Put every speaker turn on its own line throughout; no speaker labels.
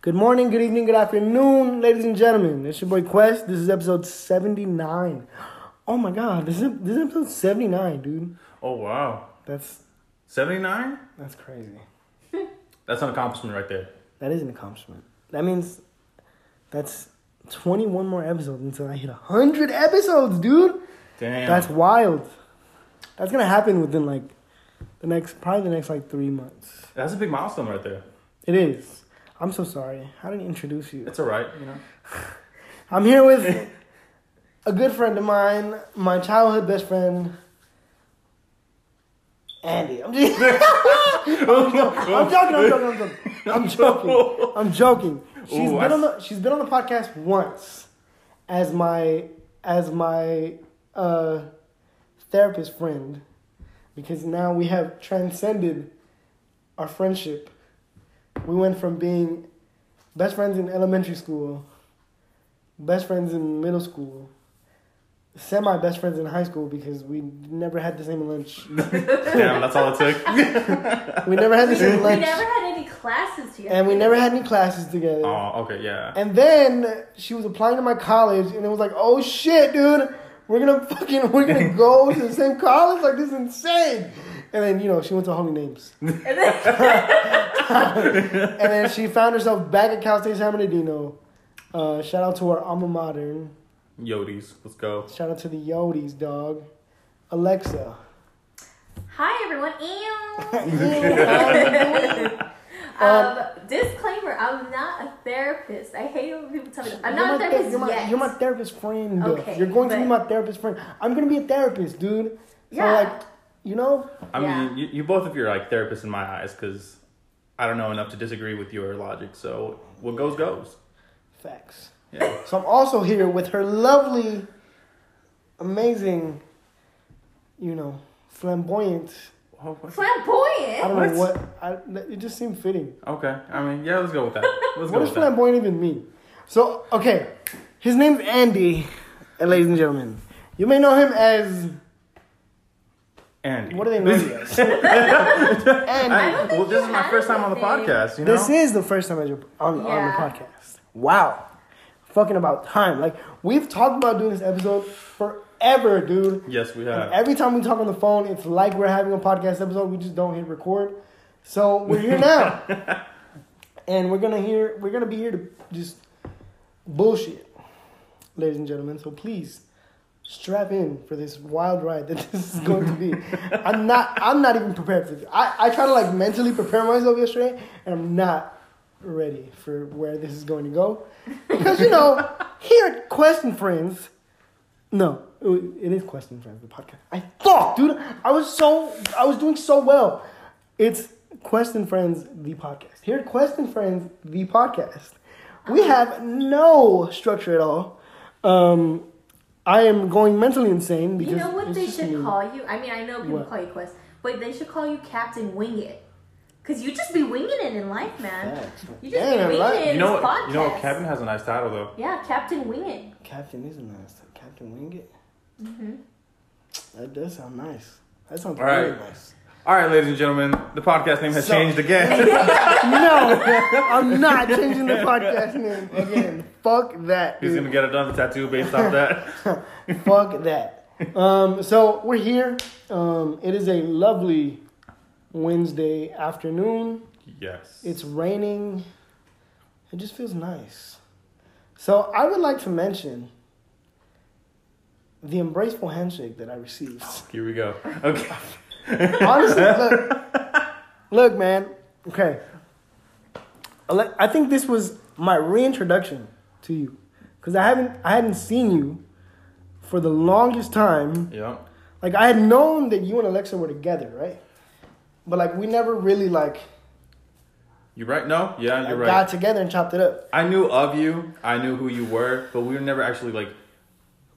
Good morning, good evening, good afternoon, ladies and gentlemen. It's your boy Quest. This is episode 79. Oh my god, this is this is episode 79, dude.
Oh wow,
That's
seventy nine.
that's crazy.
That's an accomplishment right there.
That is an accomplishment. That means that's 21 more episodes until I hit 100 episodes, dude.
Damn.
That's wild. That's going to happen within like the next probably the next like 3 months.
that's a big milestone right there.
It is. I'm so sorry. How did I introduce you?
It's all right, you know.
I'm here with a good friend of mine, my childhood best friend, Andy. I'm just, I'm joking. I'm joking. I'm joking. I'm joking. I'm joking. She's
Ooh, I
been on
s-
the she's been on the podcast once as my as my uh, therapist friend because now we have transcended our friendship. We went from being best friends in elementary school, best friends in middle school, semi best friends in high school because we never had the same lunch.
Damn, that's all it took.
We never had the same
We
lunch.
never had any classes together.
and we never had any classes together.
Oh, okay, yeah.
And then she was applying to my college, and it was like, oh shit, dude, we're gonna fucking, we're gonna go to the same college. Like this is insane. And then you know she went to Holy Names,
And then-
and then she found herself back at Cal State San Bernardino. Uh, shout out to our alma mater.
Yodis, let's go.
Shout out to the Yodis, dog. Alexa.
Hi everyone. Ew.
Yeah.
Um, disclaimer: I'm not a therapist. I hate when people tell me that. I'm
You're
not
my
a
ther-
therapist
you're, my,
yet.
you're my therapist friend.
Okay,
you're going to be
but-
my therapist friend. I'm gonna be a therapist, dude. So
Yeah.
like, you know,
I
Yeah.
mean, you, you both of you are like therapists in my eyes because I don't know enough to disagree with your logic. So what goes goes.
facts.
Yeah.
So I'm also here with her lovely, amazing, you know, flamboyant.
Oh, what-
I don't
Flamboyant.
know
What?
what. I, it just seemed fitting.
Okay. I mean, yeah. Let's go with that. Let's go
What does
with that.
flamboyant even mean? So okay, his name's Andy, and ladies and gentlemen, you may know him as
Andy.
what do they know you as?
I-
Andy.
don't think
well, this
you
is my
have
first time on the
anything.
podcast. You know.
This is the first time I do- on, on the
Yeah.
podcast. Wow. Fucking about time. Like, we've talked about doing this episode forever, dude.
yes, we
And
have.
every time we talk on the phone, it's like we're having a podcast episode. We just don't hit record. So we're here now. and we're gonna hear we're gonna be here to just bullshit, ladies and gentlemen. So please strap in for this wild ride that this is going to be. I'm not I'm not even prepared for this. I, I try to like mentally prepare myself yesterday and I'm not ready for where this is going to go. Because you know, here at Quest and Friends, no, it- it is Quest and Friends, the podcast. I thought, dude, I was so I was doing so well. It's Quest and Friends, the podcast. Here at Quest and Friends, the podcast. We have no structure at all. Um, I am going mentally insane because
You know what
it's
they
just
should
me.
call you? I mean, I know people
What?
call you Quest, but they should call you Captain Wing It. Cause you just be winging it in life, man.
Facts.
You just
Damn,
be winging
right.
it in
You know
this
what?
podcast.
You know what? Kevin has a nice title though.
Yeah, Captain Wing It.
Captain is a nice Captain Wingate. Mm-hmm. That does sound nice. That sounds
All right.
really nice.
All right, ladies and gentlemen, the podcast name has
So-
changed again.
No, I'm not changing the podcast name again. Fuck that.
He's
dude.
gonna get another tattoo based off that.
Fuck that. Um, so we're here. Um, it is a lovely Wednesday afternoon.
Yes.
It's raining. It just feels nice. So I would like to mention the embraceful handshake that I received.
Here we go. Okay.
Honestly, look, look, man. Okay, Ale- I think this was my reintroduction to you because I haven't, I hadn't seen you for the longest time.
Yep.
Like I had known that you and Alexa were together, right? But like we never really like
You right? No. Yeah,
like,
you're right.
got together and chopped it up.
I knew of you. I knew who you were, but we were never actually like.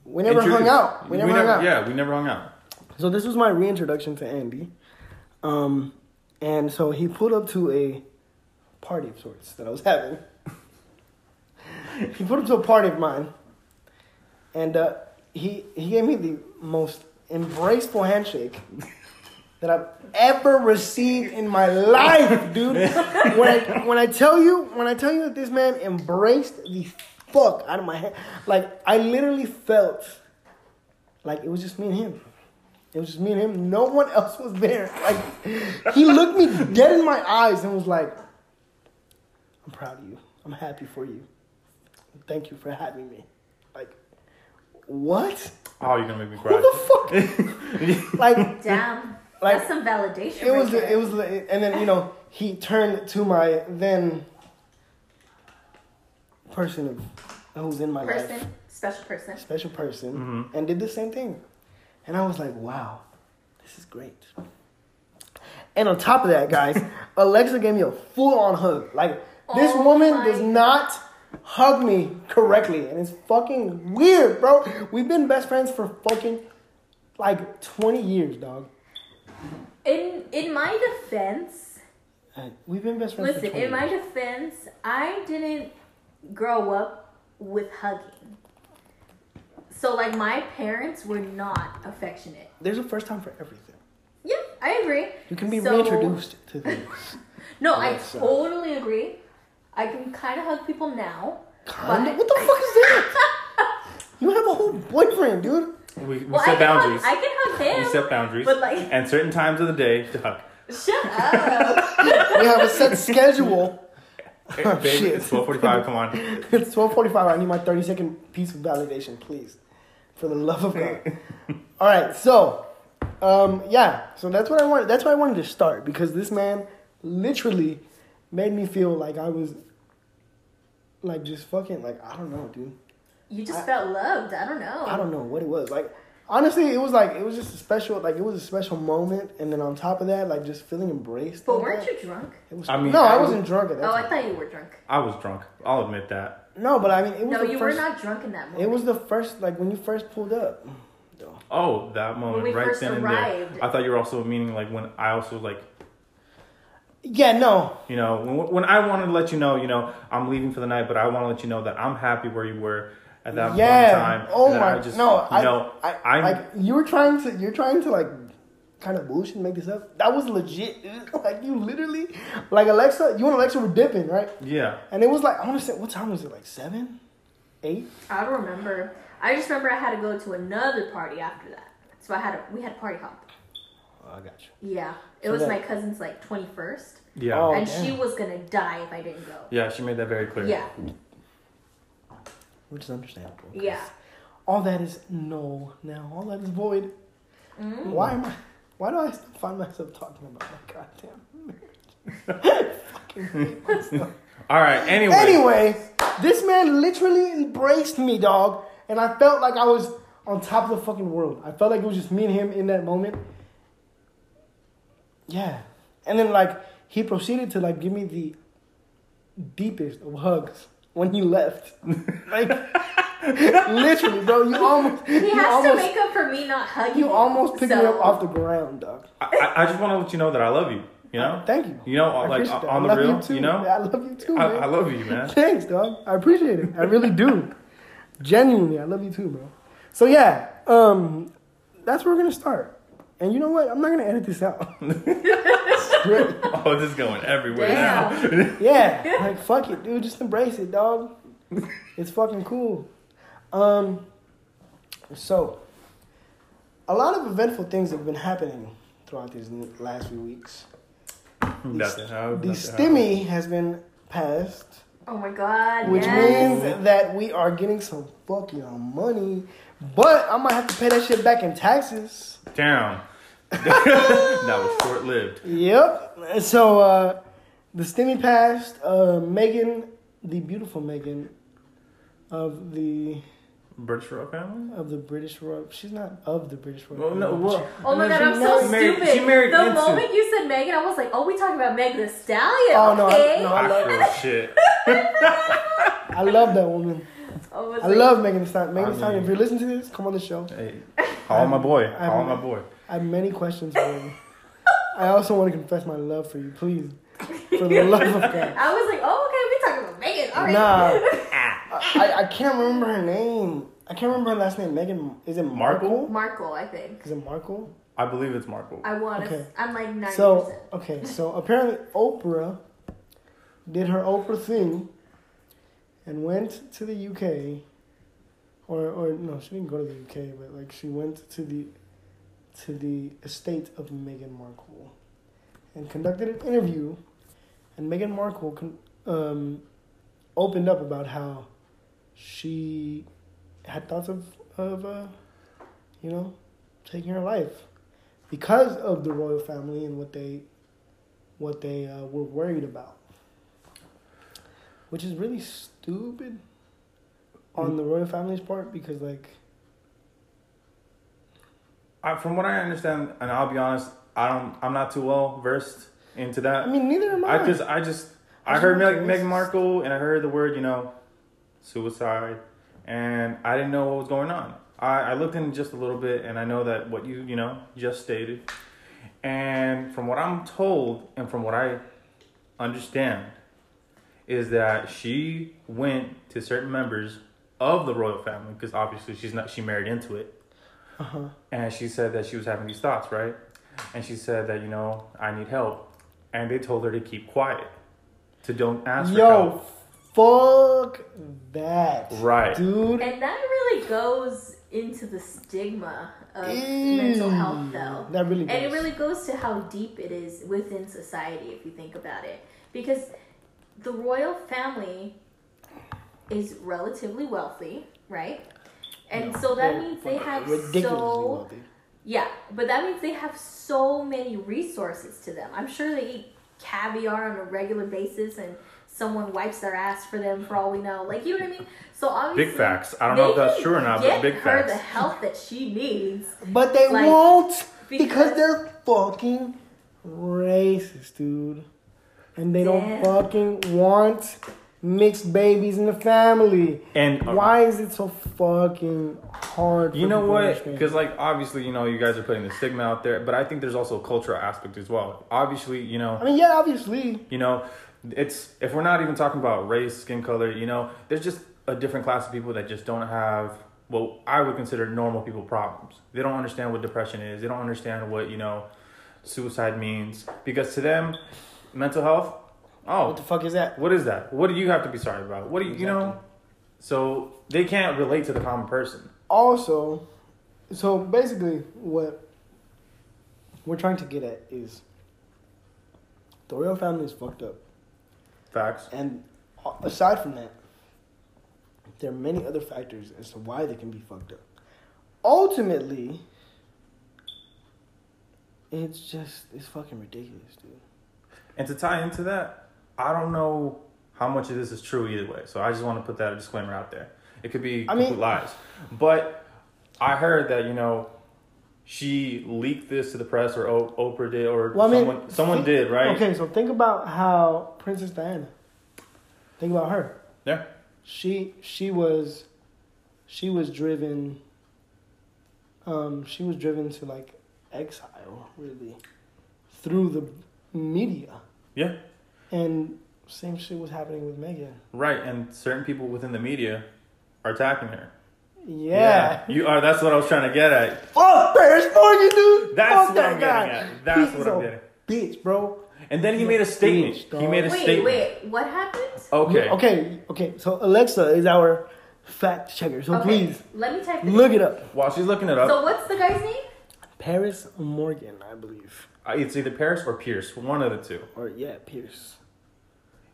We never hung
introduced.
out. We never hung out.
Yeah, we never hung out.
So this was my reintroduction to Andy, um, and so he pulled up to a party of sorts that I was having. he pulled up to a party of mine, and uh, he he gave me the most embraceful handshake that I've ever received in my life, dude. When I when I tell you when I tell you that this man embraced the fuck out of my hand, like I literally felt like it was just me and him. It was just me and him. No one else was there. Like he looked me dead in my eyes and was like, "I'm proud of you. I'm happy for you. Thank you for having me." Like, what?
Oh, you're gonna make me
What
cry.
the fuck? like
Damn.
Like,
That's some validation.
it
right
was
there.
it was and then you know he turned to my then person of who's in my life
person, special person.
special person and did the same thing and i was like wow this is great and on top of that guys alexa gave me a full-on hug like this
Oh
woman
my
does not hug me correctly and it's fucking weird bro we've been best friends for fucking like 20 years dog
In in my defense,
Uh, we've been best friends for
listen.
20
In my
years.
defense, I didn't grow up with hugging. So like my parents were not affectionate.
There's a first time for everything.
Yeah, I agree.
You can be
So-
reintroduced to things.
No, I
Yes, uh,
totally agree. I can kind of hug people now.
Kinda?
But-
What the fuck is that? You have a whole boyfriend, dude.
We, we
Well, I
set
can hug,
boundaries.
I can hug him.
we set boundaries.
but, like-
and certain times of the day to hug.
Shut up.
We have a set schedule.
Hey,
Oh,
baby,
shit.
it's 12:45. Come on.
It's 12:45. I need my 30 second piece of validation, please, for the love of God. All right, so, um, yeah, so that's what I wanted. That's why I wanted to start because this man literally made me feel like I was, like just fucking, like I don't know, dude.
You just felt loved. I don't know.
I don't know what it was. Like honestly, it was like it was just a special like it was a special moment and then on top of that, like just feeling embraced.
But
like
weren't
that,
you drunk?
It was,
I mean,
no, I
I
wasn't drunk at that.
Oh, I
time.
thought you were drunk.
I was drunk. I'll admit that.
no, but I mean, it was
No,
the
you
first.
were not drunk in that moment.
it was the first like when you first pulled up. though.
Oh, that moment
we
right
first
then and
arrived.
there. I thought you were also meaning like when I also like
Yeah, no,
you know when, when I wanted to let you know you know I'm leaving for the night, but I want to let you know that I'm happy where you were at that
yeah.
one time.
oh
that
my,
I just,
no,
you
I,
know
I,
am
like you were trying to, you're trying to like kind of bullshit and make this up. That was legit. dude. like you literally, like Alexa, you and Alexa were dipping, right?
yeah.
And it was like I want to say, what time was it? Like seven, eight.
I don't remember. I just remember I had to go to another party after that. So I had a, we had party hop.
Oh, I got you.
Yeah, it
So
was
that-
my cousin's like twenty first,
Yeah.
Oh.
and
damn.
she was gonna die if I didn't go.
Yeah, she made that very clear.
Yeah,
Which is understandable.
yeah.
All that is null now. All that is void. Why am I? Why do I still find myself talking about that goddamn marriage? Fucking hate myself.
All right. Anyway.
anyway, this man literally embraced me, dog, and I felt like I was on top of the fucking world. I felt like it was just me and him in that moment. Yeah, and then like he proceeded to like give me the deepest of hugs when you left. like literally, bro, you almost
He
you
has
almost
to make up for me not hugging.
you almost picked me
so-
up off the ground, dog.
I, I- I just want to let you know that I love you. You know.
Thank you.
You know,
I
like
appreciate that.
on
I
the
love
real,
you, too.
you know,
I love you too,
I,
man.
I love you, man.
Thanks, dog. I appreciate it. I really do. Genuinely, I love you too, bro. So yeah, um, that's where we're gonna start. And you know what? I'm not gonna edit this out. Straight.
Oh, this is going everywhere
Damn.
now.
yeah, like fuck it, dude. Just embrace it, dog. It's fucking cool. Um, so a lot of eventful things have been happening throughout these last few weeks.
Nothing, huh?
The
Nothing, huh?
stimmy has been passed.
Oh my god.
Which
yes.
means that we are getting some fucking money, but I might have to pay that shit back in taxes.
Down. that was short lived.
Yep. So uh, the stimmy passed. Uh, Megan, the beautiful Megan, of the
British royal family?
of the British royal. She's not of the British royal.
Well, no,
family,
well,
Oh my
no,
god,
she
I'm so
married- married-
stupid.
She married
the
into-
moment you said Megan, I was like, oh, we talking about Megan Thee Stallion.
Oh, no, I-
okay.
no,
I
love-
feel shit.
but I love that woman.
I, was
I
like,
love Megan Thee Stallion. Megan Thee
I
Stallion, if
mean-
you're listening to this, come on the show.
Hey, call my boy.
I'm-
Call my boy.
I have many questions for you. I also want to confess my love for you, please. For the love of God.
I was like, oh, okay, we talking about Megan. All right.
Nah. I, I can't remember her name. I I can't remember her last name. Megan, is it
Markle?
Markle?
Marco, I think.
Is it Markle?
I believe it's Markle.
I want to.
Okay.
I'm like 90%.
So okay, so apparently Oprah did her Oprah thing and went to the UK, or or no, she didn't go to the UK, but like she went to the to the estate of Meghan Markle and conducted an interview, and Meghan Markle con- um, opened up about how she had thoughts of of uh, you know taking her life because of the royal family and what they what they uh, were worried about, which is really stupid
Mm.
on the royal family's part because like
I, from what I understand, and I'll be honest, I don't. I'm not too well versed into
I
that.
mean neither am I.
I just, I just, I
Isn't
heard
that
Meg, Meghan
racist?
Markle and I heard the word, you know, suicide, and I didn't know what was going on. I, I looked in just a little bit, and I know that what you, you know, just stated, and from what I'm told, and from what I understand, is that she went to certain members of the royal family because obviously she's not she married into it,
uh-huh.
and she said that she was having these thoughts, right? And she said that you know I need help, and they told her to keep quiet, to don't ask for
Yo,
help.
fuck that,
Right.
dude?
and that really goes into the stigma of
Ew.
mental health, though.
That really
And it
does.
really goes to how deep it is within society, if you think about it. Because the royal family is relatively wealthy, right? And so that means they have
ridiculously
so
wealthy.
yeah, but that means they have so many resources to them. I'm sure they eat caviar on a regular basis, and someone wipes their ass for them, for all we know. Like you know what I mean? So obviously,
Big facts. I don't know if
they
that's
can
true or not, but
get
big
her
facts.
the help that she needs.
But they
Like,
won't because,
because-
they're fucking racist, dude. And they
Yeah.
don't fucking want mixed babies in the family.
And uh,
Why is it so fucking hard?
You know what? Because like obviously, you know, you guys are putting the stigma out there, but I think there's also a cultural aspect as well. Obviously, you
I
know,
mean, yeah, obviously.
you know, it's if we're not even talking about race, skin color, you know, there's just a different class of people that just don't have what I would consider normal people problems. They don't understand what depression is. They don't understand what you know suicide means because to them, mental health.
What
Oh,
the fuck is that?
what is that? What do you have to be sorry about? What do you, you know? So they can't relate to the common person.
Also, so basically, what we're trying to get at is the royal family is fucked up.
Facts.
And aside from that, there are many other factors as to why they can be fucked up. Ultimately, it's just it's fucking ridiculous, dude.
And to tie into that, I don't know how much of this is true either way. So I just want to put that disclaimer out there. It could be
I mean-
complete lies. But I heard that, you know, she leaked this to the press or o- Oprah did or
Well, I mean,
someone someone
thi-
did, right?
Okay, so think about how Princess Diana. Think about her.
Yeah.
She she was she was driven um she was driven to like exile really through the media.
Yeah.
And same shit was happening with Megan.
Right. And certain people within the media are attacking her.
Yeah.
You are that's what I was trying to get at.
Fuck Paris Morgan, dude.
That's
Fuck
what
that
I'm
guy.
getting at. That's
He's
what I'm
a
getting
Bitch, bro.
And then he made a statement.
Bitch, dog.
He made a
Wait,
statement.
wait, what happened?
Okay.
Yeah, okay. Okay. So Alexa is our fact checker. So
okay,
please
let me type. This.
look it up.
While she's looking it up,
So what's the guy's name?
Paris Morgan, I believe,
it's either Paris or Pierce, one of the two.
or yeah, Pierce.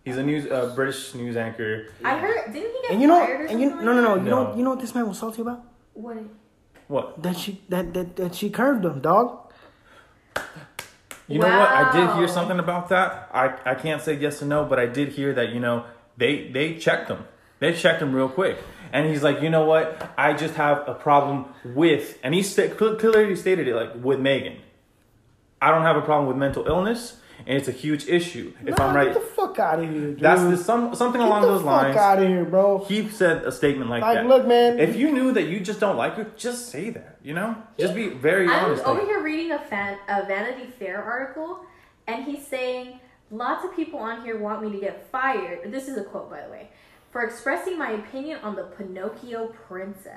He's a news uh, British news anchor.
I heard. Didn't he get
And you know,
fired or
and you
something
no, no, no,
like that?
you know,
No.
you know what this man was salty about?
What?
What?
That she that that, that she curved him, dog.
You know what? I did
Wow.
hear something about that. I, I can't say yes or no, but I did hear that, you know, they they checked him. They checked him real quick. And he's like, you know what? I just have a problem with, and he sta- cl- clearly stated it like, with Megan. I don't have a problem with mental illness, and it's a huge issue, if
Nah,
I'm right.
get the fuck out of here, dude.
That's the, some, something
get
along
the
those
fuck
lines.
out of here, bro.
He said a statement like,
Like,
that.
look, man.
If you knew that you just don't like her, just say that, you know? Just be very
I'm
honest.
over
like-
here reading a, fan, a Vanity Fair article, and he's saying lots of people on here want me to get fired. This is a quote, by the way, for expressing my opinion on the Pinocchio princess.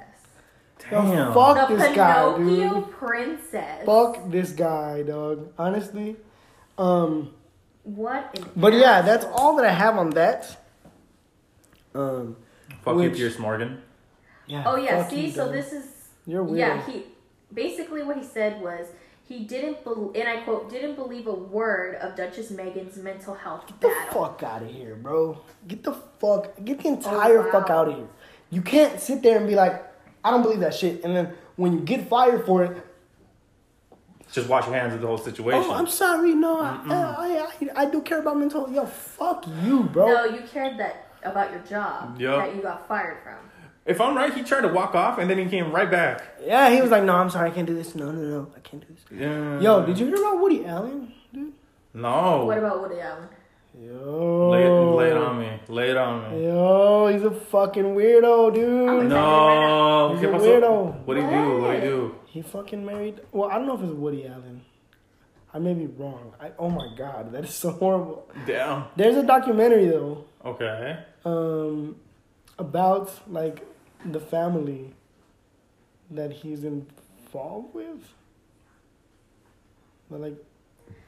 Damn.
fuck
the
this guy,
Pinocchio
dude.
princess.
Fuck this guy, dog. Honestly. Um,
What? An
but yeah,
asshole.
that's all that I have on that. Um,
Fuck
Which-
you, Pierce Morgan.
yeah.
Oh yeah.
fuck
See,
you,
so
dog.
this is
You're weird.
Yeah, he basically what he said was he didn't bel and I quote didn't believe a word of Duchess Megan's mental health
Get the
battle.
fuck out of here, bro. Get the fuck, get the entire
Oh, wow.
fuck out of here. You can't sit there and be like, I don't believe that shit. And then when you get fired for it,
Just wash your hands of the whole situation.
oh, I'm sorry, no, I, I, I, I do care about mental health. Yo, fuck you, bro.
No, you cared that about your job
Yeah.
that you got fired from.
if I'm right, he tried to walk off and then he came right back.
Yeah, he was like, no, I'm sorry, I can't do this. No, no, no, I can't do this.
Yeah.
Yo, did you hear about Woody Allen?
No.
What about Woody Allen?
Yo.
lay, it, lay it on me. Lay it on me.
Yo, he's a fucking weirdo, dude.
No.
He's a
¿Qué
weirdo.
pasó? What do you do? What do you do?
He fucking married. Well, I don't know if it's Woody Allen. I may be wrong. I, oh my god, that is so horrible.
Damn.
There's a documentary though,
Okay.
um, about like the family that he's involved with. But like,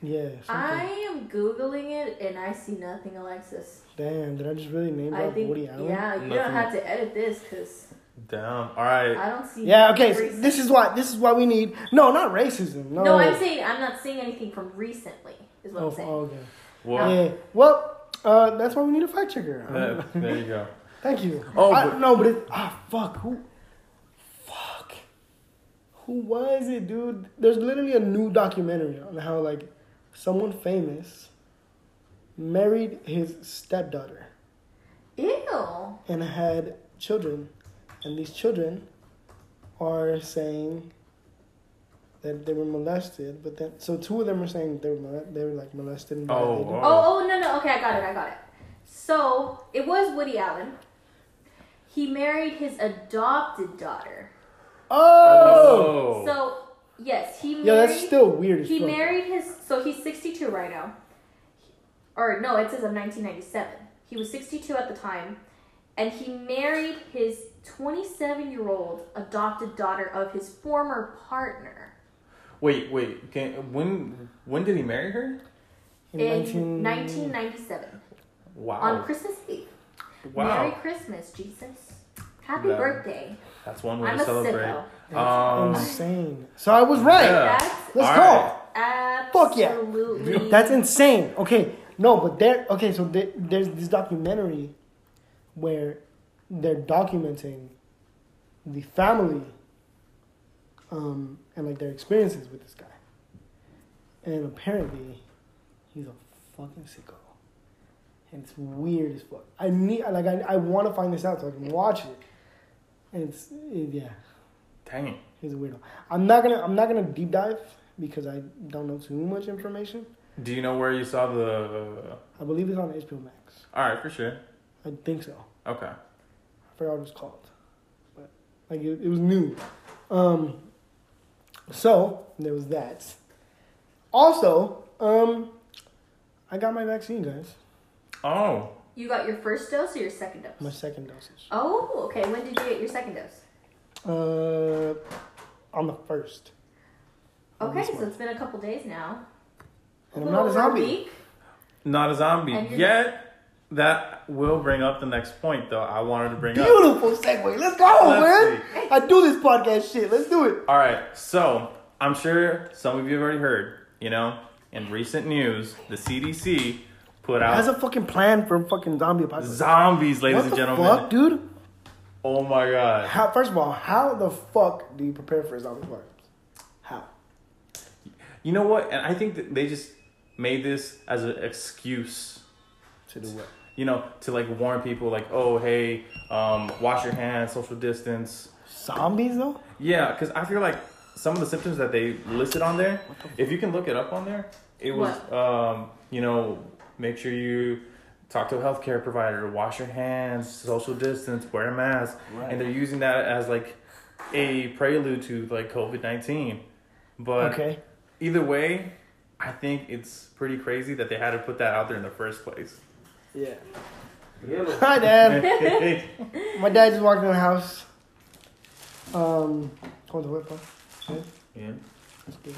yeah. Something.
I am googling it and I see nothing, Alexis.
Damn, did I just really name
I
drop
think
Woody Allen?
yeah, you don't
Nothing.
have to edit this because
Damn. All right.
I don't see.
Yeah, okay. So
recent-
this is why. This is why we need. No, not racism. No.
no. I'm saying I'm not seeing anything from recently. Is what
Oh,
I'm saying.
okay.
Well,
Yeah. Well, uh, that's why we need a fact checker.
that- there you go.
Thank you.
Oh,
I,
but-
no, but it, ah, fuck who, fuck, who was it, dude? There's literally a new documentary on how like someone famous married his stepdaughter
Ew.
and had children, and these children are saying that they were molested, but then so two of them are saying they were mole- they were like molested. and
Oh,
violated.
wow.
Oh, oh no, no. Okay, I got it. I got it. So it was Woody Allen. He married his adopted daughter.
oh,
So yes, he married.
yeah, that's still weird. as
He
fuck.
married his. So he's 62 right now. Or no, it says of 1997. He was 62 at the time, and he married his 27-year-old adopted daughter of his former partner
Wait, wait. Can, when when did he marry her?
in,
in
19
1997
Wow.
on Christmas Eve. Merry
wow.
Christmas, Jesus. Happy
No.
birthday.
That's one way
I'm
to
a
celebrate.
sicko.
Um,
insane. So I was right.
Yeah.
That's
Let's
All
go.
right.
Fuck yeah.
absolutely.
That's insane. Okay, no, but there. Okay, so there, there's this documentary where they're documenting the family um, and like their experiences with this guy, and apparently he's a fucking sicko, and it's weird as fuck. I need like I, I want to find this out so I can watch it, and it's yeah.
dang it.
He's a weirdo. I'm not gonna I'm not gonna deep dive because I don't know too much information.
Do you know where you saw the?
I believe it's on HBO Max.
All right, for sure.
I think so.
Okay.
I forgot what it's called, but like it, it was new. Um, so there was that. Also, um, I got my vaccine, guys.
Oh,
You got your first dose or your second dose?
My second dosage.
Oh, okay. When did you get your second dose?
Uh, on the first. On
Okay,
Oh, this
so
one.
it's been a couple days now.
and I'm not a zombie.
Week.
not a zombie
And you're-
yet. That will bring up the next point, though. I wanted to bring up.
Beautiful segue. Let's go,
Let's
man. I do this podcast shit. Let's do it.
All right, so I'm sure some of you have already heard. You know, in recent news, the CDC put
Has
out
a fucking plan for a fucking zombie apocalypse.
zombies, ladies
what
and
the
gentlemen.
fuck, dude?
Oh my god.
How? First of all, how the fuck do you prepare for a zombie apocalypse? How?
You know what? And I think that they just made this as an excuse,
To do what?
you know, to like warn people, like, oh, hey, um, wash your hands, social distance.
Zombies though?
Yeah, because I feel like some of the symptoms that they listed on there, if you can look it up on there, it was,
What?
um, you know, make sure you talk to a healthcare provider, wash your hands, social distance, wear a mask.
Right.
And they're using that as like a prelude to like COVID 19. But
Okay.
either way, I think it's pretty crazy that they had to put that out there in the first place.
Yeah. Hi, Dad.
Hey,
My dad just walked in the house. Um, hold the whip up.
Yeah.
That's good.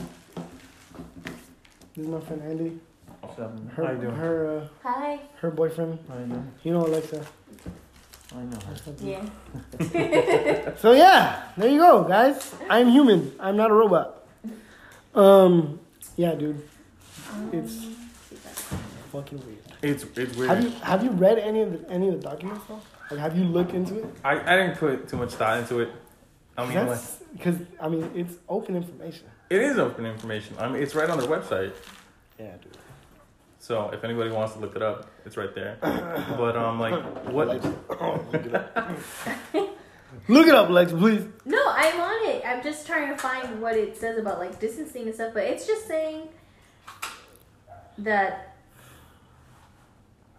This is my friend Andy.
Seven.
Her,
How you doing?
her, uh,
Hi.
her boyfriend.
I know.
You know Alexa.
I know.
Yeah.
So yeah, there you go, guys. I'm human. I'm not a robot. Um, yeah, dude, it's fucking weird.
It's it's weird.
Have you have you read any of the, any of the documents though? Like, have you looked into it?
I, I didn't put too much thought into it. I mean, like,
That's because I mean it's open information.
it is open information. I mean, it's right on their website.
Yeah, dude.
So if anybody wants to look it up, it's right there. But um, like what?
look it up. look it up, Lex, please.
No, I'm on it. I'm just trying to find what it says about like distancing and stuff, but it's just saying that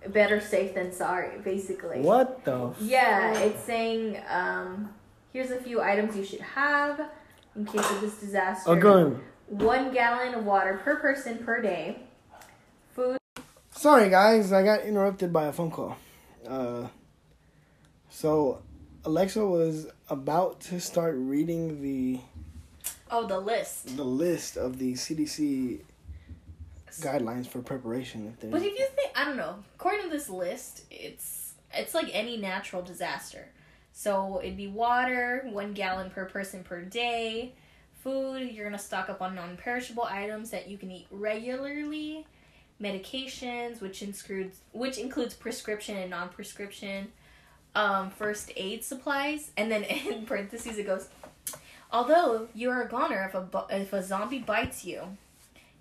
better safe than sorry, basically.
What the?
Yeah, it's saying um, here's a few items you should have in case of this disaster.
A gun.
One gallon of water per person per day. Food.
Sorry, guys, I got interrupted by a phone call. Uh, so, Alexa was about to start reading the
Oh, the list.
the list of the CDC guidelines for preparation. If
But
there's,
if you think, I don't know. According to this list, it's it's like any natural disaster. So it'd be water, one gallon per person per day. Food, you're gonna stock up on non-perishable items that you can eat regularly. Medications, which includes which includes prescription and non-prescription. Um, first aid supplies, and then in parentheses it goes. Although you are a goner if a bu- if a zombie bites you,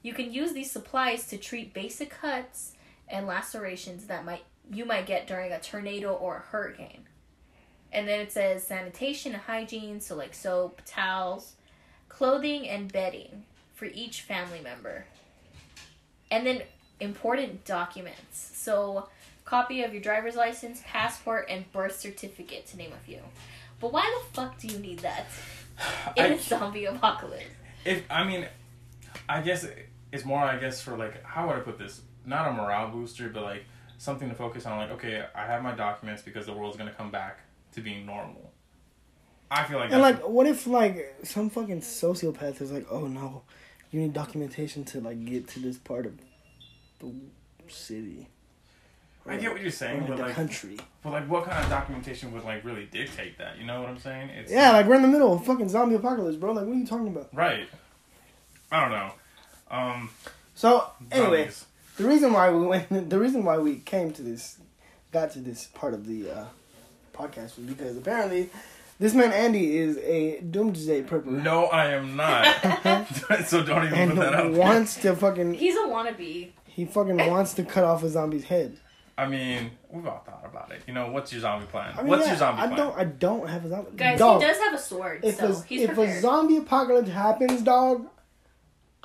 you can use these supplies to treat basic cuts and lacerations that might you might get during a tornado or a hurricane. And then it says sanitation and hygiene, so like soap, towels, clothing and bedding for each family member. And then important documents. So copy of your driver's license, passport and birth certificate to name a few. But why the fuck do you need that in
I,
a zombie apocalypse?
if I mean, I guess it's more. I guess for like, how would I put this? Not a morale booster, but like something to focus on. Like, okay, I have my documents because the world's gonna come back to being normal. I feel like
and
that's-
like, what if like some fucking sociopath is like, oh no, you need documentation to like get to this part of the city.
I get what you're
Or,
saying,
like, Oh
but
the
like,
country.
but like, what kind of documentation would like really dictate that? You know what I'm saying? It's
Yeah, like we're in the middle of fucking zombie apocalypse, bro. Like, what are you talking about?
right. I don't know. Um.
So, anyway.
zombies.
The reason why we went, the reason why we came to this, got to this part of the uh, podcast was because apparently, this man Andy is a doomsday prepper
No, I am not. so don't even put that up.
and wants to fucking
He's a wannabe.
he fucking wants to cut off a zombie's head.
I mean, we've all thought about it. You know, what's your zombie plan?
I mean,
what's
yeah,
your zombie
I
plan?
don't. I don't have a zombie.
Guys,
dog,
he does have a sword,
if
so
a,
he's
if
prepared.
a zombie apocalypse happens, dog,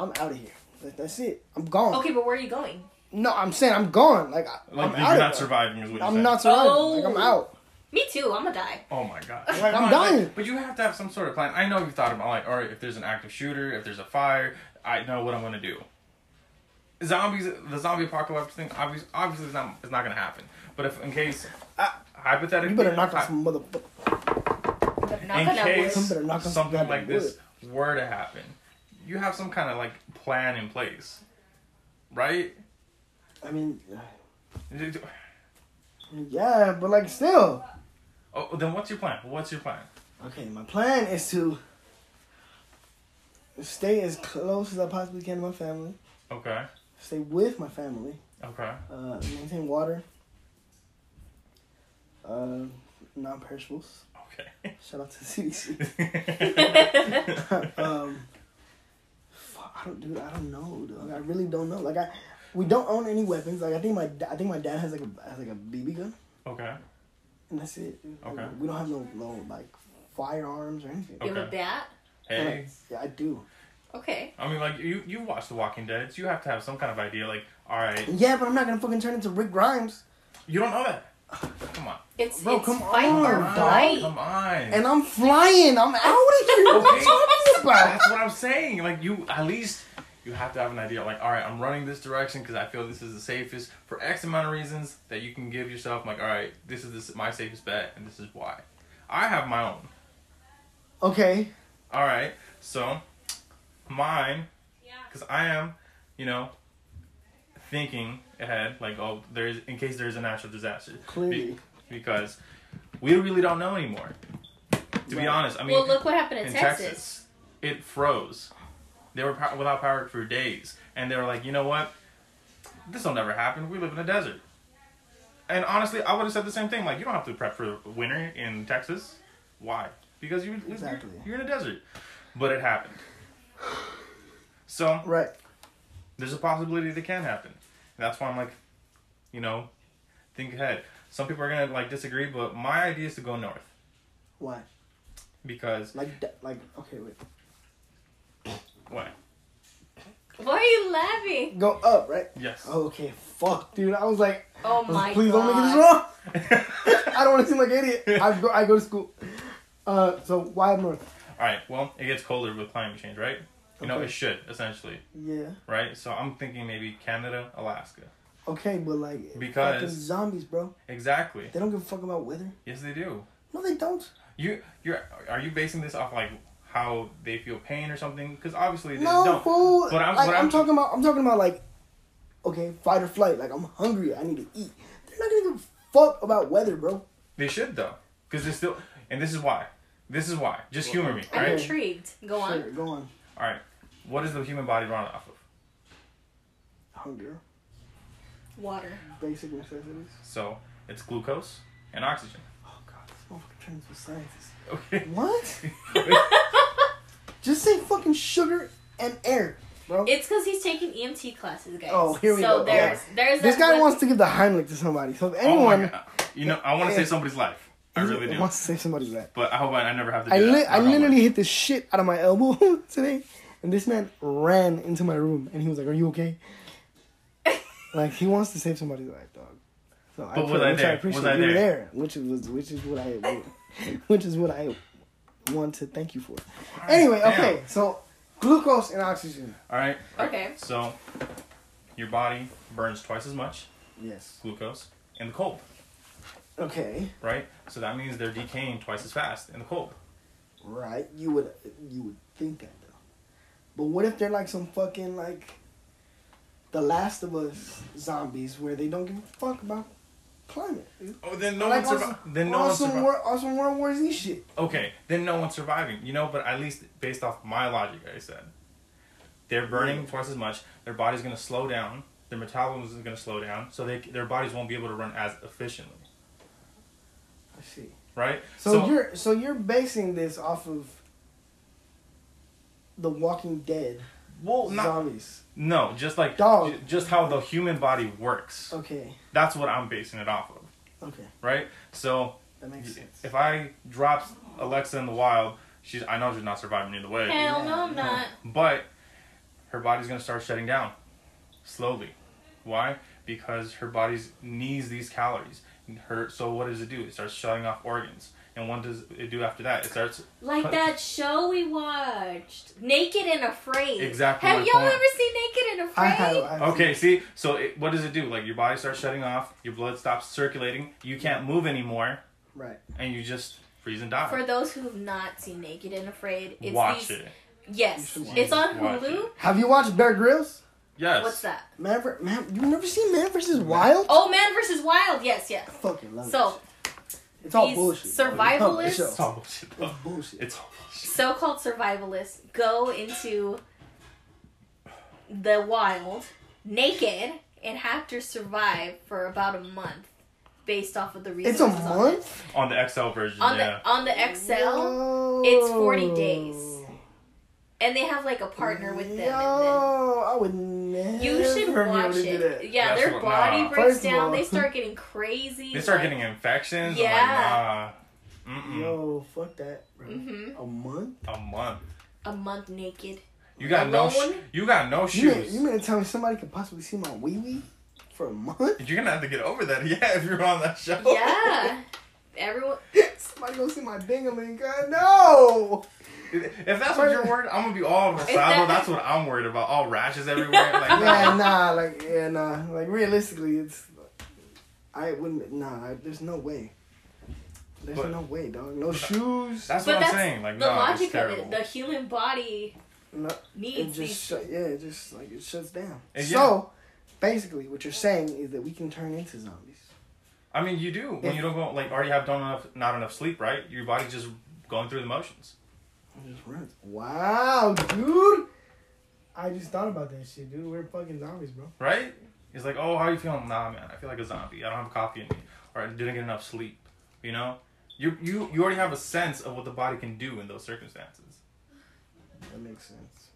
I'm out of here. Like, that's it. I'm gone.
okay, but where are you going?
No, I'm saying I'm gone. Like, I,
Like,
I'm
you're
out
not
of
surviving, is what you're
I'm
saying.
not surviving.
Oh.
Like, I'm out.
Me too. I'm gonna die.
Oh my god.
Like, I'm
Come on,
dying.
but you have to have some sort of plan. I know you've thought about, like, all right, if there's an active shooter, if there's a fire, I know what I'm going to do. Zombies, the zombie apocalypse thing, obviously, obviously it's not, it's not going to happen. But if, in case, uh, hypothetically,
You better knock
I-
on some motherfucker.
You better knock
in
on that wood.
case
Somebody knock on some
something
goddamn
like this were to happen, you have some kind of like plan in place, right?
I mean. Yeah, but like still.
Oh, then what's your plan? What's your plan?
Okay, my plan is to stay as close as I possibly can to my family.
Okay,
Stay with my family.
okay,
Uh, maintain water. Uh, non-perishables. Shout out to CDC.
okay.
um, fuck, I don't, dude. I don't know, dog. I really don't know. Like I, we don't own any weapons. Like I think my, da- I think my dad has like a has like a BB gun,
okay.
and that's it. dude. Like,
Okay.
we don't have no no like firearms or anything.
You have a
Okay.
bat.
Hey,
Yeah, I do.
Okay.
I mean, like you you watch The Walking Dead, so you have to have some kind of idea. Like, all right,
Yeah, but I'm not gonna fucking turn into Rick Grimes.
you don't know that. Come on,
It's
Bro,
it's
come
fight
on,
or
dog.
flight.
come on.
And I'm flying. I'm out of here. What
Okay.
you talking about?
That's what I'm saying. Like you, at least you have to have an idea. Like, all right, I'm running this direction because I feel this is the safest for X amount of reasons that you can give yourself. Like, all right, this is this, my safest bet, and this is why. I have my own.
Okay.
All right. So mine, because I am, you know, thinking ahead, like oh, there is in case there is a natural disaster. Be-
Clearly.
because we really don't know anymore. To be
Right.
honest, I mean,
well, look what happened
in
in
Texas.
Texas.
it froze. They were pow- without power for days, and they were like, you know what? This will never happen. We live in a desert. And honestly, I would have said the same thing. Like, you don't have to prep for winter in Texas. Why? Because you you're-
Exactly.
you're, in a desert. But it happened. So
Right.
there's a possibility that it can happen. And that's why I'm like, you know, think ahead. Some people are gonna like disagree, but my idea is to go north
Why?
because
Like, that- like. Okay, wait.
what?
Why are you laughing?
Go up, right?
Yes.
Okay. Fuck, dude. I was like,
Oh
I was like,
my
please
god.
don't make this wrong. I don't want to seem like an idiot. I go, I go to school. Uh, so why north?
All right. Well, it gets colder with climate change, right? You know,
Okay.
it should essentially,
Yeah.
right? So I'm thinking maybe Canada, Alaska.
Okay, but like
Because-
fucking zombies, bro.
Exactly.
They don't give a fuck about weather.
Yes, they do.
No, they don't.
You, you're. Are you basing this off like how they feel pain or something? Because obviously they
No,
don't.
fool.
But I'm-
like,
but
I'm,
I'm-
talking about. I'm talking about like, okay, fight or flight. Like I'm hungry. I need to eat. They're not gonna give a fuck about weather, bro.
They should though, because they still. And this is why. This is why. Just humor me,
I'm
all right?
Okay.
intrigued. Go on.
Sure, go on.
All right. What is the human body run off of?
Hunger,
Water.
basic necessities.
So it's glucose and oxygen.
Oh god, this motherfucker turns into scientist.
Okay. Oh
What? Just say fucking sugar and air, bro.
It's because he's taking EMT classes, guys.
Oh, here we
so
go.
There's, there's
this
that
guy
one-
wants to give the Heimlich to somebody. So if
Oh my
anyone
God. You know, I want to save somebody's life. I really
he
do.
wants to save somebody's life.
But I hope I, I never have to. Do
I, li-
that.
I
Knock on wood.
literally hit the shit out of my elbow today, and this man ran into my room, and he was like, "Are you okay?" like he wants to save somebody's life, dog. So I,
But
appre-
was I
which
there?
I appreciate
Was I
you were
there?
there, which is which is what I which is what I want to thank you for. Anyway,
damn.
okay, so glucose and oxygen.
All right.
Okay.
So, your body burns twice as much
Yes.
glucose in the cold,
Okay.
right? So that means they're decaying twice as fast in the cold.
Right. You would you would think that though. But what if they're like some fucking like the Last of Us zombies where they don't give a fuck about climate. dude?
Oh, then no
like
one
on
survi-
some-
Then no
on
one
some
survi-
War, on some World War Z shit.
Okay, then no one's surviving. You know, but at least based off my logic, I said they're burning twice as much. Their body's gonna slow down. Their metabolism is gonna slow down, so they their bodies won't be able to run as efficiently,
I see.
right?
So, you're so you're basing this off of The Walking Dead
well, not,
zombies.
no, just like
Dog.
ju- just how the human body works.
Okay.
That's what I'm basing it off of,
Okay.
right? So
That makes sense.
If I drop Alexa in the wild, she's I know she's not surviving either way.
Hell no, I'm not.
But her body's gonna start shutting down slowly. Why? Because her body needs these calories. Her so what does it do? It starts shutting off organs. And what does it do after that? It starts
Like that show we watched, Naked and Afraid.
Exactly
Have
my
y'all
point.
ever seen Naked and Afraid?
I have. I have
Okay, see, so it, what does it do? Like your body starts shutting off, your blood stops circulating, you can't move anymore,
Right.
and you just freeze and die.
For those who have not seen Naked and Afraid, it's
Watch
these,
it.
Yes,
You should
it's on
watch
Hulu.
Have you watched Bear Grylls?
Yes.
What's that?
Man, ver- man, you've never seen Man vs. Wild?
Oh, Man versus Wild. Yes, yes.
Fucking love
So
it. It's all
these
bullshit.
survivalists-
It's
It's all bullshit. though.
bullshit.
It's all bullshit.
so-called survivalists go into the wild naked and have to survive for about a month basth off of the
It's
resources
a
on
month?
On the XL version,
it. on
yeah.
the on the XL it's 40 days. and they have like a partner with them
Yo,
and
I would
then
never.
you should
be able
watch
to do
it.
that.
Yeah,
That's
their
what-
body
nah.
breaks
First of
down.
all-
they start getting crazy.
They start getting infections.
Yeah.
Yeah. I'm like, nah. Mm-mm.
Yo, fuck that. Bro.
hmm
A month?
A month.
a month naked.
You got no. Sh-
Alone?
you got no
You mean,
shoes.
you mean to tell me somebody could possibly see my wee wee for a month?
You're gonna have to get over that. Yeah, if you're on that show.
Yeah, everyone.
somebody gonna see my dingaling? God, no!
If that's what you're worried, I'm gonna be all rosado.
that-
That's what I'm worried about. All rashes everywhere. Like,
Yeah, nah, like, yeah, nah. Like, realistically, it's. I wouldn't. Nah, I, there's no way. There's
But-
no way, dog. No shoes.
That's
But
what
that's
I'm saying. Like
the
no,
logic
it's
of
terrible.
it, the human body
No, it
needs
just
these.
shut, yeah, it just like it shuts down.
And
so basically, what you're saying is that we can turn into zombies.
I mean, you do when you don't go like already have done enough, not enough sleep, right? Your body's just going through the motions.
It just runs. Wow, dude. I just thought about that shit, dude. We're fucking zombies, bro.
right? He's like, oh, how are you feeling? Nah, man, I feel like a zombie. I don't have coffee in me, or I didn't get enough sleep. You know, you you you already have a sense of what the body can do in those circumstances.
That makes sense.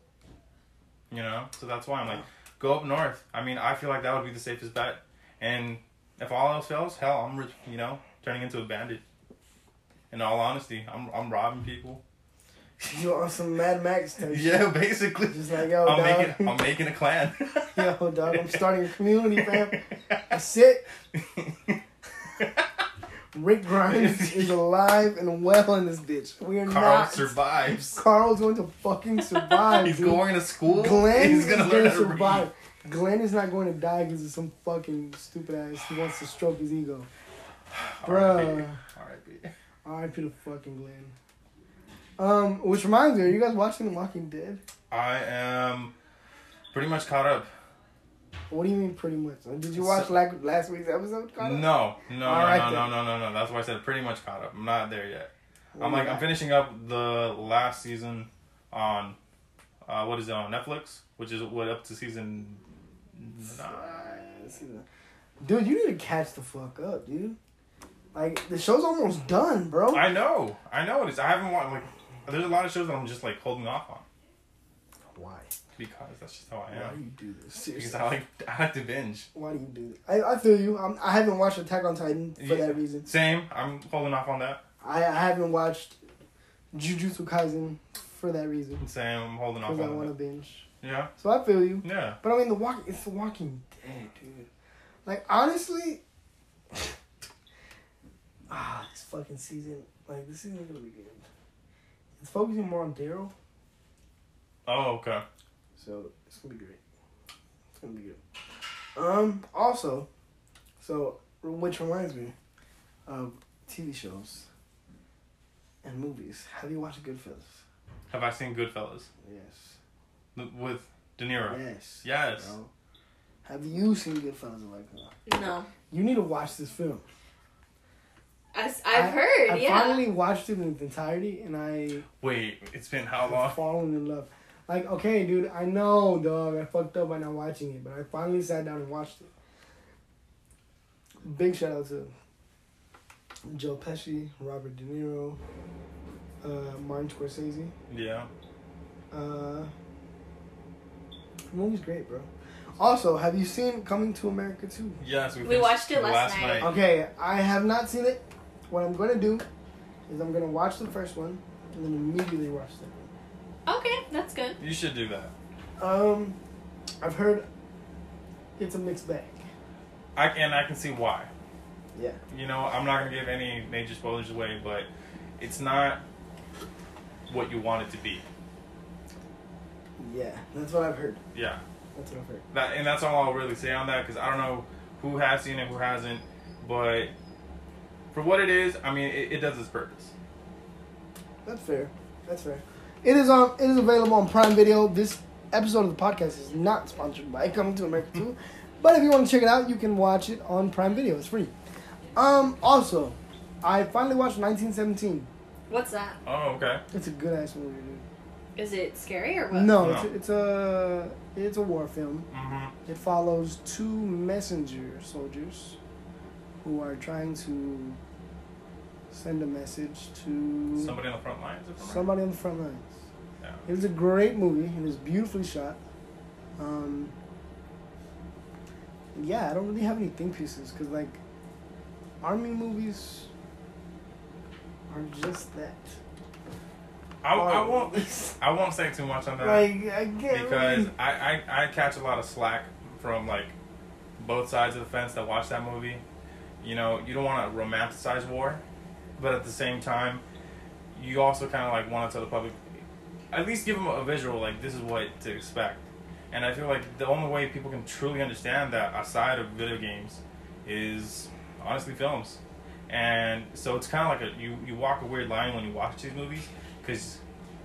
You know, so that's why I'm like, go up north. I mean, I feel like that would be the safest bet. And if all else fails, hell, I'm re- you know turning into a bandit. In all honesty, I'm I'm robbing people.
You on some Mad Max type shit.
yeah, basically.
Just like, yo,
I'm
dog.
making I'm making a clan.
Yo, dog, I'm starting a community, fam. That's it. Rick Grimes is alive and well in this bitch. We are
Carl
not.
survives.
Carl's going to fucking survive.
He's
dude.
going to school.
Glenn
He's gonna
is
learn
going to
how to read.
survive. Glenn is not going to die because of some fucking stupid ass who wants to stroke his ego. Bruh.
R.I.P.
R.I.P. to fucking Glenn. Um, which reminds me, are you guys watching The Walking Dead?
I am pretty much caught up.
What do you mean, pretty much? Did you watch
So-
like last week's episode? Carl?
No, no, no,
All right
no,
then.
no, no, no, no. That's why I said pretty much caught up. I'm not there yet.
What
I'm
do you
like I'm
got?
finishing up the last season on uh, what is it on Netflix, which is what up to season nine.
Dude, you need to catch the fuck up, dude. Like the show's almost done, bro.
I know, I know it is. I haven't watched like there's a lot of shows that I'm just like holding off on
Why?
because that's just how
Why
I
do
am.
you do this?
Because
Seriously.
I like I like to binge.
Why do you do this? I, I feel you. I'm, I haven't watched Attack on Titan for
Yeah.
that reason.
Same, I'm holding off on that.
I, I haven't watched Jujutsu Kaisen for that reason.
Same, I'm holding off
Because I
on
want to
that.
binge.
Yeah,
So I feel you.
yeah.
But I mean, the walk it's the Walking Dead, dude. Like honestly, ah, this fucking season, like this isn't gonna be good. It's focusing more on Daryl,
Oh, okay.
so it's gonna be great. It's gonna be good. Um, also, so which reminds me of TV shows and movies. Have you watched Goodfellas?
Have I seen Goodfellas
Yes.
with De Niro?
Yes.
Yes.
bro. Have you seen Goodfellas, Alexa?
No,
You need to watch this film.
I, have
I-
heard.
I
yeah,
finally watched it in its entirety, and I
Wait, it's been how long?
have fallen in love. Like, okay, dude, I know, dog, I fucked up by not watching it, but I finally sat down and watched it. Big shout out to Joe Pesci, Robert De Niro, uh, Martin Scorsese.
Yeah.
Uh, the movie's great, bro. Also, have you seen Coming to America too?
Yes,
We
finished
watched it last night.
Okay, I have not seen it. What I'm gonna do is I'm gonna watch the first one and then immediately watch the second.
okay, that's good.
You should do that.
Um, I've heard it's a mixed bag.
I and I can see why.
Yeah.
You know, I'm not gonna give any major spoilers away, but it's not what you want it to be.
Yeah, that's what I've heard.
Yeah.
That's what I've heard.
That and that's all I'll really say on that because I don't know who has seen it, who hasn't, but for what it is, I mean, it, it does its purpose.
That's fair. That's fair. It is on. It is available on Prime Video. This episode of the podcast is not sponsored by Coming to America Two, but if you want to check it out, you can watch it on Prime Video. It's free. Um. Also, I finally watched 1917.
What's that?
Oh, okay.
It's a good ass movie, dude.
Is it scary or what?
No,
No.
It's, a, it's a it's a war film.
hmm
It follows two messenger soldiers who are trying to send a message to somebody,
Somebody on the front lines. If I'm right.
on the front lines.
Yeah.
It was a great movie. It was beautifully shot. Um, yeah, I don't really have any think pieces because, like, army movies are just that.
I, I
Or-
won't. I won't say too much on that.
Like, I get
because I, I, I catch a lot of slack from like both sides of the fence that watch that movie. You know, you don't want to romanticize war, but at the same time, you also kind of like want to tell the public, at least give them a visual like this is what to expect. And I feel like the only way people can truly understand that outside of video games is honestly films. and so it's kind of like a you you walk a weird line when you watch these movies because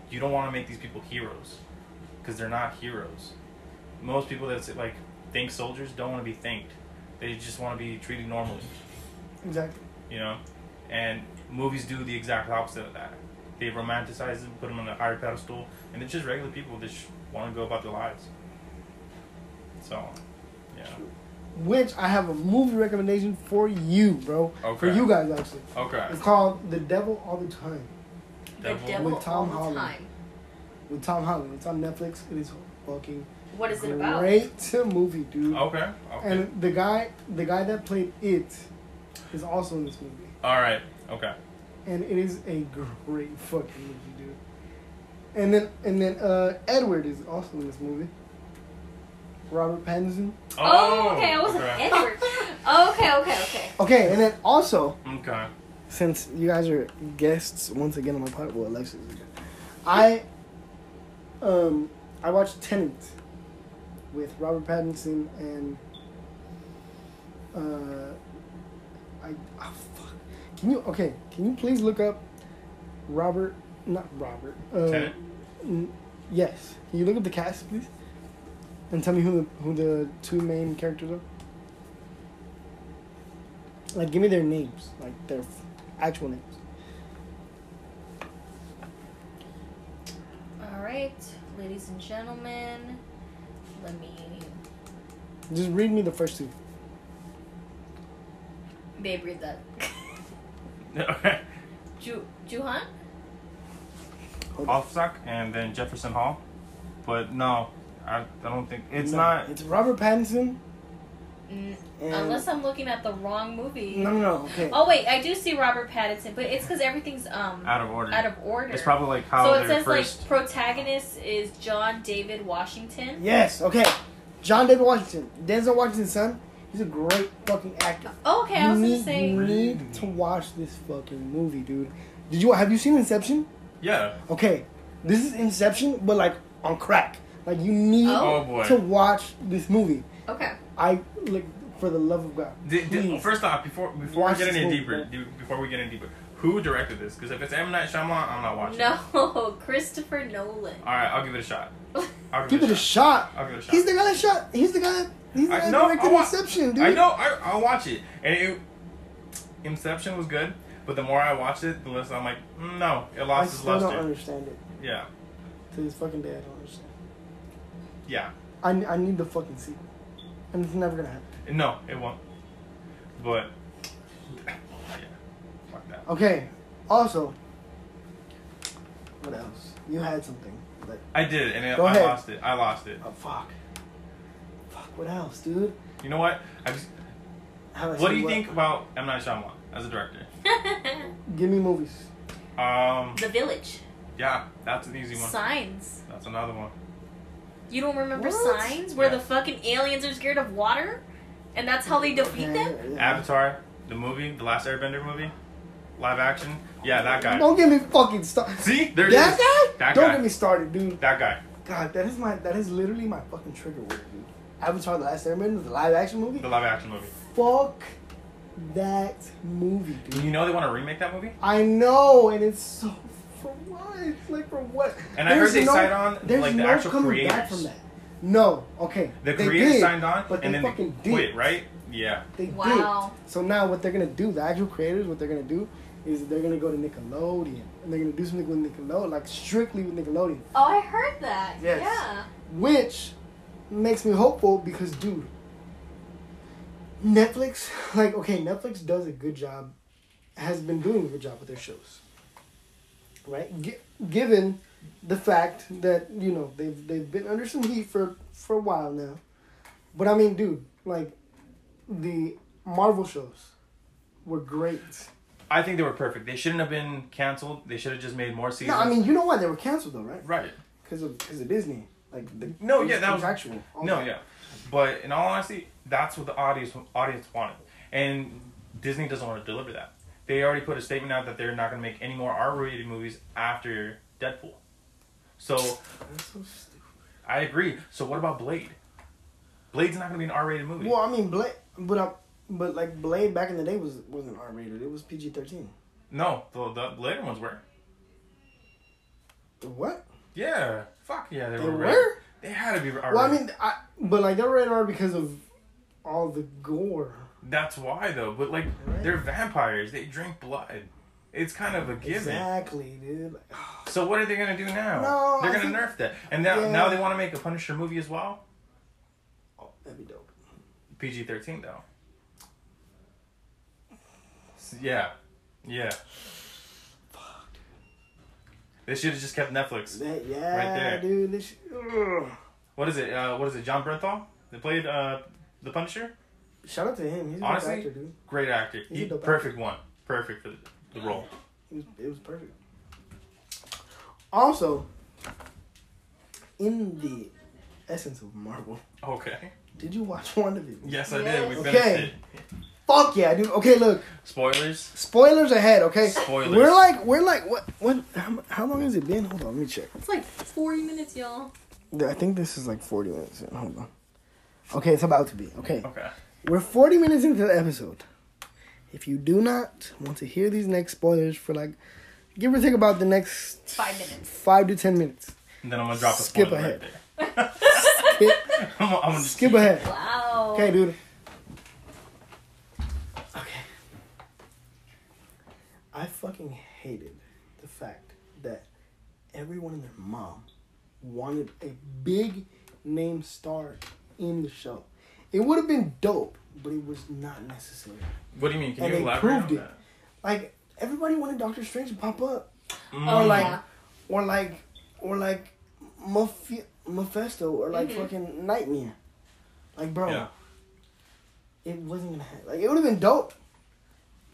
you don't want to make these people heroes because they're not heroes. Most people that say, like thank soldiers don't want to be thanked; they just want to be treated normally,
Exactly.
you know. And movies do the exact opposite of that. They romanticize them, put them on a higher pedestal, and they're just regular people that just want to go about their lives. So, yeah.
Which I have a movie recommendation for you, bro. For
Okay.
you guys, actually.
Okay.
It's called The Devil All the Time
The
Devil.
devil
With Tom
all
Holland.
the time.
with Tom Holland. It's on Netflix. It is fucking
What is it about?
great movie, dude.
Okay. Oh, Okay.
And the guy, the guy that played it, is also in this movie.
All right. Okay.
and it is a great fucking movie, dude. And then and then uh, Edward is also in this movie. Robert Pattinson.
Oh, okay, I wasn't
okay.
Edward. okay, okay, okay.
Okay, and then also
Okay.
since you guys are guests once again on my podcast, well, Alexis, is again, I um I watched Tenant with Robert Pattinson and uh I oh, fuck. Can you okay? Can you please look up Robert? Not Robert. Uh,
Tenet?
n- yes. Can you look up the cast, please, and tell me who the who the two main characters are? Like, give me their names, like their f- actual names.
All right, ladies and gentlemen, let me.
Just read me the first two.
Babe, read that.
Okay.
Ju Juhan?
Offsock and then Jefferson Hall, but no, I, I don't think it's
No,
not.
It's Robert Pattinson.
Mm,
And
unless I'm looking at the wrong movie.
no, no, no. Okay.
Oh wait, I do see Robert Pattinson, but it's because everything's um
out of order.
out of order.
It's probably like how
so it
their
says
first.
like protagonist is John David Washington.
Yes. Okay. John David Washington, Denzel Washington's son. He's a great fucking actor.
Oh, okay, I was
you
gonna
need,
say.
you need to watch this fucking movie, dude. Did you have you seen Inception?
yeah.
Okay, this is Inception, but like on crack. Like you need
Oh.
Oh, boy.
to watch this movie.
Okay.
I like for the love of God.
Di- di-
please.
first off, before before
Watch
we get
this
any
movie,
deeper,
bro.
do, before we get any deeper, who directed this? Because if it's M Night Shyamalan, I'm not watching. it.
No, Christopher Nolan.
All right, I'll give it a shot. I'll give,
Give it a
shot.
shot.
I'll give it a shot.
He's the guy that shot. He's the guy that. He's the
I-
guy that
no, I
directed
wa-
Inception, dude.
I know. I I'll watch it. And it, Inception was good, but the more I watched it, the less I'm like, mm, no, it
I
lost its
still don't
luster.
understand it.
Yeah,
To this fucking day, I don't understand.
yeah.
I, I need the fucking sequel, and it's never gonna happen.
No, it won't. But yeah, fuck that.
Okay. Also, what else? You had something. Like,
I did, and it,
Go
I
ahead.
lost it. I lost it.
oh fuck. Fuck. What else, dude?
You know what? I just,
How I
what do
say
you think about M Night Shyamalan as a director?
Give me movies.
Um,
the Village.
yeah, that's an easy one.
Signs.
That's another one.
You don't remember
What?
Signs, where
Yeah.
the fucking aliens are scared of water, and that's how they defeat them.
Yeah, yeah.
Avatar, the movie, the last Airbender movie, live action. Yeah, that guy.
Don't get me fucking started.
See, there it
That
is.
guy?
That
Don't
guy.
get me started, dude.
That guy.
God, that is my that is literally my fucking trigger word, dude. Avatar: The Last Airbender, the live action movie.
The live action movie.
Fuck that movie, dude.
You know they want to remake that movie?
I know, and it's so for what? It's like for what?
And I heard they signed on,
there's
like, the
no
actual
coming back
creators.
from that. No, okay.
The
they
creators
did,
signed on,
but
and
they
then
fucking
they
did.
quit, right? Yeah.
They
Wow.
did. So now what they're gonna do? The actual creators, what they're gonna do is they're gonna go to Nickelodeon, and they're gonna do something with Nickelodeon, like strictly with Nickelodeon.
Oh, I heard that.
Yes.
Yeah.
which makes me hopeful because dude netflix like okay netflix does a good job has been doing a good job with their shows right G- given the fact that you know they've they've been under some heat for for a while now but i mean dude like the marvel shows were great
I think they were perfect. They shouldn't have been canceled. They should have just made more
no
seasons.
i mean you know why they were canceled though right
right.
because of because of disney like the
No, yeah, that was-
contractual
No, yeah, but in all honesty, that's what the audience audience wanted, and Disney doesn't want to deliver that. They already put a statement out that they're not going to make any more R-rated movies after Deadpool. So
That's so stupid.
I agree. So what about Blade? Blade's not going to be an R-rated movie.
Well, I mean, Blade, but I'm, But like Blade back in the day was wasn't R rated. It was PG thirteen.
No, the, the later ones were.
What?
Yeah. Fuck yeah, they,
They
were.
were?
red. They had to be. R-
Well, I mean, I, but like they were rated R because of all the gore.
that's why though. But like,
Right.
they're vampires. They drink blood. It's kind of a given.
Exactly, dude. Like,
So what are they gonna do now?
No,
they're
I
gonna
think-
nerf that, and now
Yeah.
now they want to make a Punisher movie as well.
oh, that'd be dope.
PG thirteen though. S- yeah, yeah. They should have just kept Netflix.
That, yeah,
there.
dude. This, ugh.
What is it? Uh, what is it? John Brenthal. They played uh, the Punisher.
Shout out to him. He's a good
Honestly?
actor, dude.
Great actor.
He's a
He,
dope
perfect one. Perfect for the, the role.
It was, it was perfect. Also, in the essence of Marvel,
Okay.
did you watch WandaVision?
Yes, I
Yes.
did. We
Okay.
finished it.
Fuck yeah, dude. Okay, look.
Spoilers.
Spoilers ahead, okay?
Spoilers.
We're like, we're like, what, what, how, mu- how long has it been? Hold on, let me check.
It's like 40 minutes, y'all.
I think this is like 40 minutes in. Hold on. Okay, it's about to be. Okay.
Okay.
We're 40 minutes into the episode. If you do not want to hear these next spoilers for like, give or take about the next
Five minutes.
five to 10 minutes.
And then I'm gonna drop a
Skip
spoiler
ahead.
right
Skip,
there. I'm, gonna- I'm gonna just
skip ahead.
Wow.
Okay, dude. Okay. I fucking hated the fact that everyone and their mom wanted a big name star in the show. It would have been dope, but it was not necessary.
What do you mean? Can
And
you
they
elaborate on
proved it.
that?
Like everybody wanted Doctor Strange to pop up,
Oh,
or like,
yeah.
or like, or like, Mephi- Mephisto, or like fucking Nightmare. Like, bro,
Yeah.
it wasn't gonna happen. Like, it would have been dope,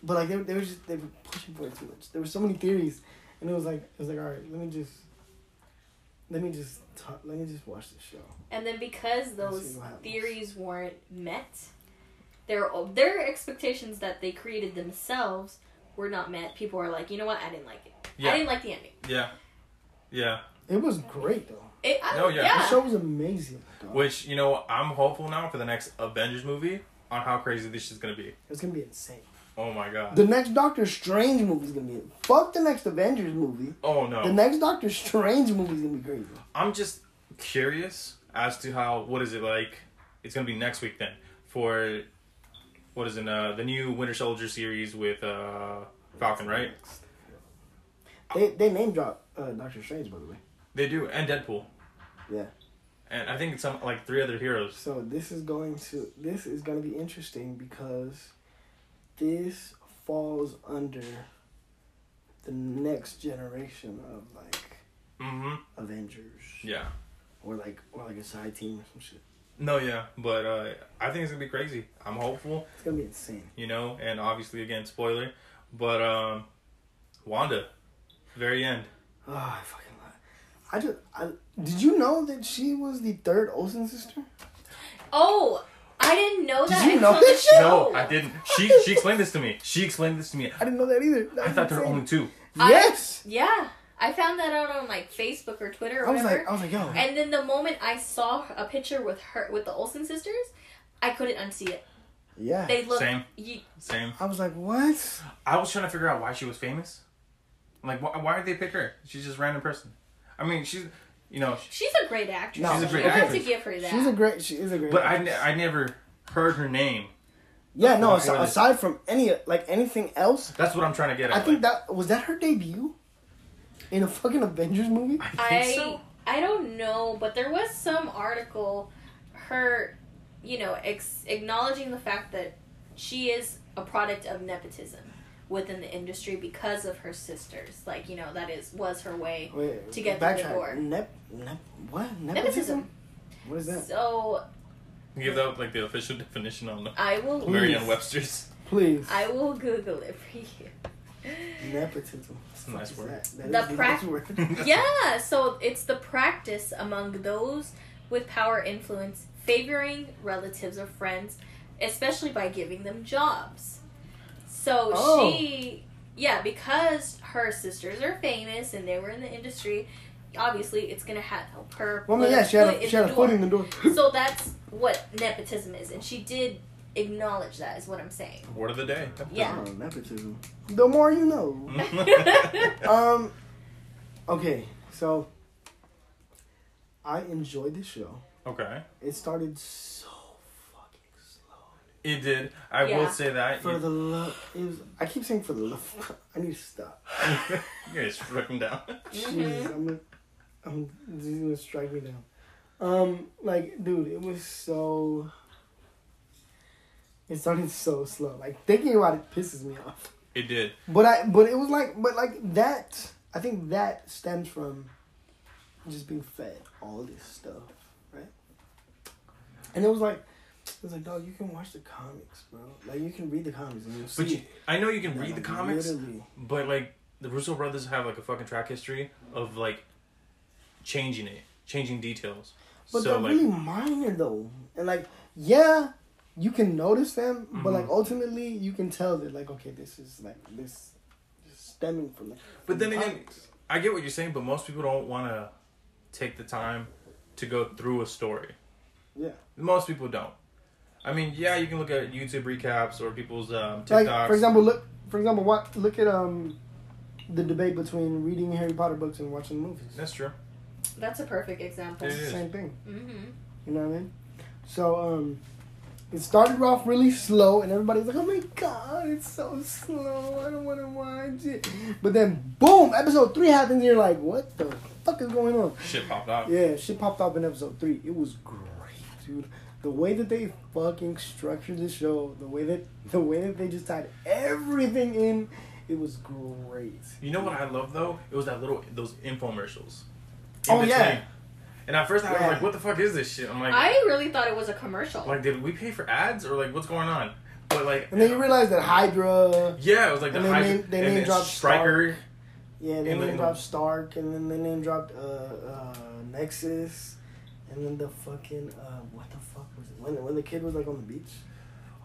but like they, they were just they were pushing for it too much. There were so many theories, and it was like it was like all right, let me just, let me just talk, let me just watch this show.
And then because
see
those
what happens.
theories weren't met, their their expectations that they created themselves were not met. People are like, you know what? I didn't like it.
Yeah.
I didn't like the ending.
Yeah. Yeah.
It was great though.
It, I,
No,
no,
yeah.
yeah.
The show was amazing. Dog.
Which you know, I'm hopeful now for the next Avengers movie on how crazy this shit's gonna be.
It's gonna be insane.
Oh my god.
The next Doctor Strange movie's gonna be fuck the next Avengers movie.
oh
The
no.
next Doctor Strange movie's gonna be crazy.
I'm just curious as to how. What is it like? It's gonna be next week then for. What is in uh, the new Winter Soldier series with uh, Falcon, right?
They they name drop uh, Doctor Strange by the way.
They do, and Deadpool,
Yeah.
and I think it's some like three other heroes.
So this is going to this is gonna be interesting because this falls under the next generation of like
Mm-hmm.
Avengers
Yeah.
or like or like a side team or some shit.
No, yeah, but uh, I think it's gonna be crazy. I'm hopeful.
It's gonna be insane.
you know, and obviously again spoiler, but um, Wanda, very end.
Oh, I fucking love. it. I just I did you know that she was the third Olsen sister?
Oh, I didn't know
Did
that.
you
until
know
the
that shit?
No, I didn't. She she explained this to me. She explained this to me.
I didn't know that either. That
I
was
thought there were
insane.
only two.
I-
Yes.
Yeah, I found that out on like Facebook or Twitter or
I was
whatever.
like, oh I was like, yo,
And then the moment I saw a picture with her with the Olsen sisters, I couldn't unsee it.
yeah.
They look
Same.
You,
Same.
I was like, what?
I was trying to figure out why she was famous. Like, why, why did they pick her? She's just a random person. I mean, she's, you know, she-
she's a great actress.
No, She's a
You
great
have
actress.
to give her that.
She's a great. She is a great.
but I,
actress.
ne- I never heard her name.
yeah, no.
Why
asi-
would it-
aside from any like anything else,
That's what I'm trying to get at.
I think that was that her debut in a fucking Avengers movie.
Like, I
I
think so.
I don't know, but there was some article, her, you know, ex- acknowledging the fact that she is a product of nepotism within the industry because of her sisters. Like you know, that is was her way.
Wait,
To get through the
backtrack.
door.
Nep, nep, what nepotism?
Nepotism.
What is that?
So
Give that like the official definition on the
I will
Merriam Webster's.
Please,
I will Google it for you.
nepotism. What the
nice
fuck
word.
is That? That
The
is nice
prac-
word.
yeah, so it's the practice among those with power influence favoring relatives or friends, especially by giving them jobs. So
Oh.
she, yeah, because her sisters are famous and they were in the industry, obviously it's gonna ha- help her.
Well, I
put
mean, yeah, she had a,
foot in
she had
the
a foot
door.
in the door.
So that's what nepotism is, and she did acknowledge that is what I'm saying.
Word of the day.
Yeah.
Oh, nepotism. The more you know. um. Okay, so I enjoyed this show.
Okay.
It started so fucking slow.
It did. I
Yeah.
will say that.
For
You,
the love, it was, I keep saying for the love. I need to stop.
you're just fucking down.
Jesus, I'm gonna, I'm, this is gonna strike me down. Um, like, dude, it was so. It started so slow. Like thinking about it pisses me off.
It did.
But I, but it was like, but like that. I think that stems from just being fed all this stuff, right? And it was like, it was like, dog, you can watch the comics, bro. Like you can read the comics and you'll see.
But you,
it.
I know you can read the
Like,
comics,
Literally.
but like the Russo brothers have like a fucking track history of like changing it, changing details.
But
so
they're
like,
really minor though, and like yeah, you can notice them, but like
Mhm.
ultimately you can tell that like okay, this is like this is stemming from. Like,
but then
the
again,
comics.
I get what you're saying, but most people don't want to take the time to go through a story.
yeah,
Most people don't. I mean, yeah, you can look at YouTube recaps or people's um, TikToks.
like for example, look for example, what look at um the debate between reading Harry Potter books and watching movies.
That's true.
That's a perfect example.
It's
It
the
is.
same thing.
Mm-hmm.
You know what I mean? So um, it started off really slow, and everybody's like, "Oh my god, it's so slow! I don't want to watch it." But then, boom! Episode three happens, and you're like, "What the fuck is going on?"
Shit popped out.
Yeah, shit popped up in episode three. It was great, dude. The way that they fucking structured the show, the way that the way that they just tied everything in, it was great.
You know what I love though? It was that little those infomercials.
Oh, yeah.
And at first I was
Yeah.
like, "What the fuck is this shit?" I'm like,
I really thought it was a commercial.
"Like, did we pay for ads or like what's going on?" But like,
And then you realize that Hydra,
yeah, it was like the
and they
high,
name- they
and
name
then
dropped
Stryker.
yeah, they
And
name
then-
dropped Stark, and then they name dropped uh, uh, Nexus, and then the fucking uh, what the fuck was it? When when the kid was like on the beach,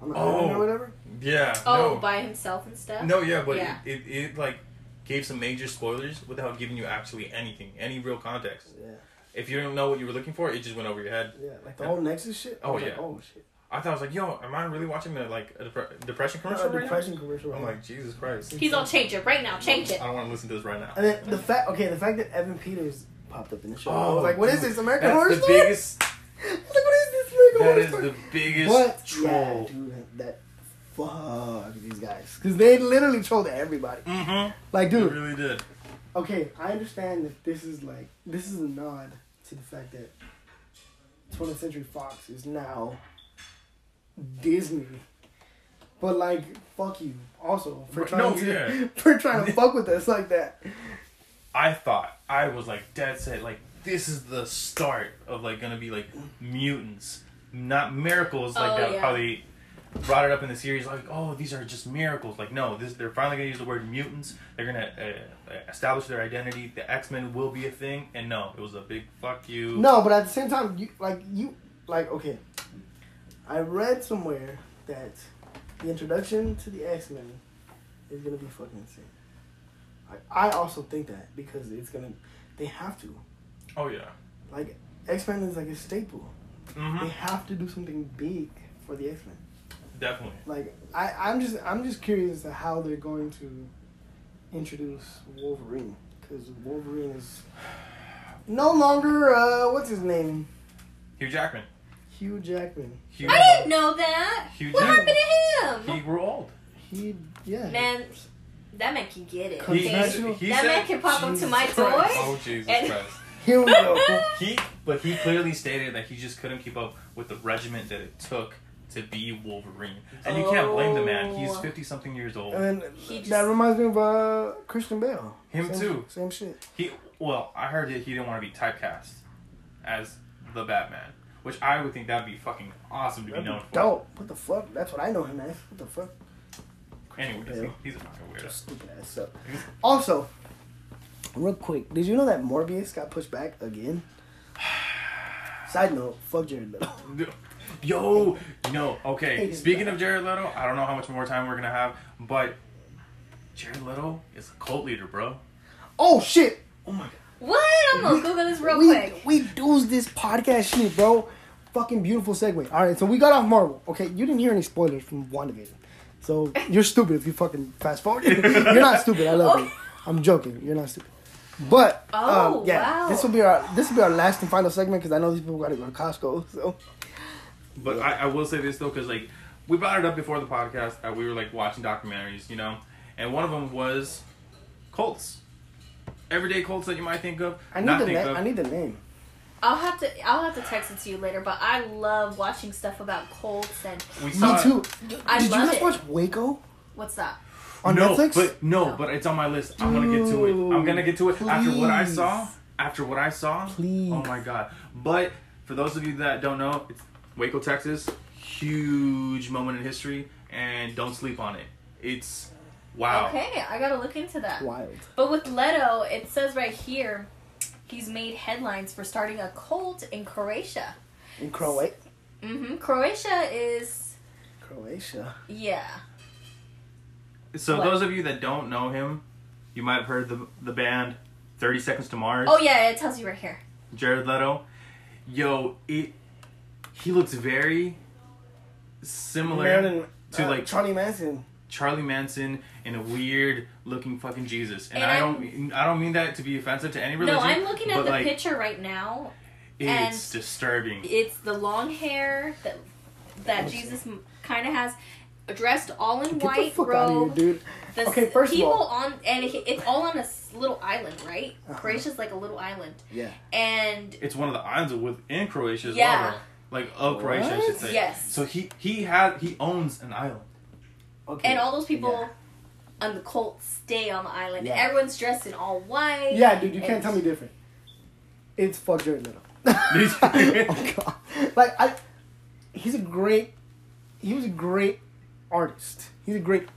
on the island
Oh.
or whatever.
Yeah. no.
oh, by himself and stuff.
No, yeah, but
Yeah.
It, it it like gave some major spoilers without giving you actually anything, any real context.
Yeah,
If you don't know what you were looking for, it just went over your head.
yeah, like the whole Nexus shit. I
Oh,
was like,
yeah.
oh shit.
I thought I was like, "Yo, am I really watching a, like a depre- depression
Not a
commercial?" right now?
Uh,
Oh
depression commercial.
I'm
right
like, Jesus Christ!
He's all change it right now. Change it.
I don't want to listen to this right now.
And then the fact, okay, the fact that Evan Peters popped up in the show, I was
Oh,
like, what is
dude.
this American
That's
Horror
the
Story?
biggest
I was like, what is this American
That
Horror
is
Story?
the biggest
but
troll.
yeah, dude, that fuck these guys, because they literally trolled everybody.
mm-hmm.
Like, dude,
really did.
okay, I understand that this is like this is a nod to the fact that 20th Century Fox is now Disney. But like, fuck you. Also, for
Right,
trying
no,
to
yeah.
for trying to fuck with us like that.
I thought I was like dead set. Like this is the start of like gonna be like mutants, not miracles. Like
Oh,
that,
yeah.
how they brought it up in the series. Like oh, these are just miracles. Like no, this they're finally gonna use the word mutants. They're gonna uh, establish their identity. The X Men will be a thing. And no, it was a big fuck you.
No, but at the same time, you like you like okay. I read somewhere that the introduction to the X Men is gonna be fucking insane. I, I also think that because it's gonna they have to.
Oh yeah.
Like X Men is like a staple.
Mm-hmm.
They have to do something big for the X Men.
Definitely.
Like I, I'm just I'm just curious as to how they're going to introduce Wolverine because Wolverine is no longer uh what's his name
Hugh Jackman.
Hugh Jackman.
Hugh.
I didn't know that.
Hugh
What
Jackman.
happened to
He
him?
grew old.
He yeah.
Man, that man can get it.
He-
He,
Okay?
he's-
he
that
said-
man can pop up to
Jesus
my door.
Christ.
Oh Jesus
And-
Christ.
Here we go.
He, but he clearly stated that he just couldn't keep up with the regiment that it took to be Wolverine, and you can't blame the man. He's
Oh.
fifty something years old.
And
He just-
that reminds me of uh, Christian Bale.
Him
Same-
too.
Same shit.
He, well, I heard that he didn't want to be typecast as the Batman, which I would think that'd be fucking awesome to be
That'd be
known for.
Dope. What the fuck? That's what I know him as. What the fuck?
Anyways,
Yeah.
he's a fucking weirdo.
Stupid ass suck. Also, real quick, did you know that Morbius got pushed back again? Side note, fuck Jared Leto.
Yo, you know, okay.
Hated
Speaking
that.
of Jared Leto, I don't know how much more time we're gonna have, but Jared Leto is a cult leader, bro.
Oh shit! Oh my god.
What? I'm gonna Google this real
we,
quick.
We does this podcast shit, bro. fucking beautiful segue. All right, so we got off Marvel. Okay, you didn't hear any spoilers from WandaVision. So you're stupid if you fucking fast forward. you're not stupid. I
Oh.
love you. I'm joking. You're not stupid. But
Oh,
um, yeah,
wow.
this will be our this will be our last and final segment because I know these people got to go to Costco. So
But I, I will say this though, because like we brought it up before the podcast that we were like watching documentaries, you know, and one of them was Colts. Everyday Colts that you might think of.
I need
not
the
think
na-
of.
I need the name.
I'll have to I'll have to text it to you later, but I love watching stuff about Colts and
we
Me
saw it.
too.
I
Did you
love
guys
it.
watch Waco
What's that?
on
no,
Netflix?
But no, but it's on my list. I'm gonna get to it. I'm gonna get to it after what I
Please.
saw. After what I saw.
Please.
Oh my god. But for those of you that don't know, it's Waco, Texas, huge moment in history, and don't sleep on it. It's wow.
Okay, I gotta look into that.
Wild.
But with Leto, it says right here he's made headlines for starting a cult in Croatia.
In Croatia.
hmm Croatia is
Croatia.
yeah.
So
What?
those of you that don't know him, you might have heard the the band Thirty Seconds to Mars.
Oh yeah, it tells you right here.
Jared Leto. Yo, it. He looks very similar
Marilyn,
to
uh,
like
Charlie Manson.
Charlie Manson in a weird looking fucking Jesus, and,
And
I
I'm-
don't mean- I don't mean that to be offensive to any religion.
no, I'm looking
but,
at the
like,
picture right now. and-
It's disturbing.
It's the long hair that that Jesus kind of has, dressed all in
Get
white
the fuck out
robe.
of here, dude.
The
Okay,
s-
first of
people
all-
on and it- it's all on a s- little island, right?
Uh-huh.
Croatia's like a little island,
Yeah.
and
It's one of the islands within Croatia as
Yeah.
well. though. Like of Croatia, I should
What?
say.
Yes.
So he he had he owns an island.
Okay.
and all those people
Yeah.
on the cult stay on the island.
Yeah.
Everyone's dressed in all white.
Yeah, dude, you
and-
can't tell me different. It's fuck Jared Leto.
These-
Oh, God. Like I, he's a great, he was a great artist. He's a great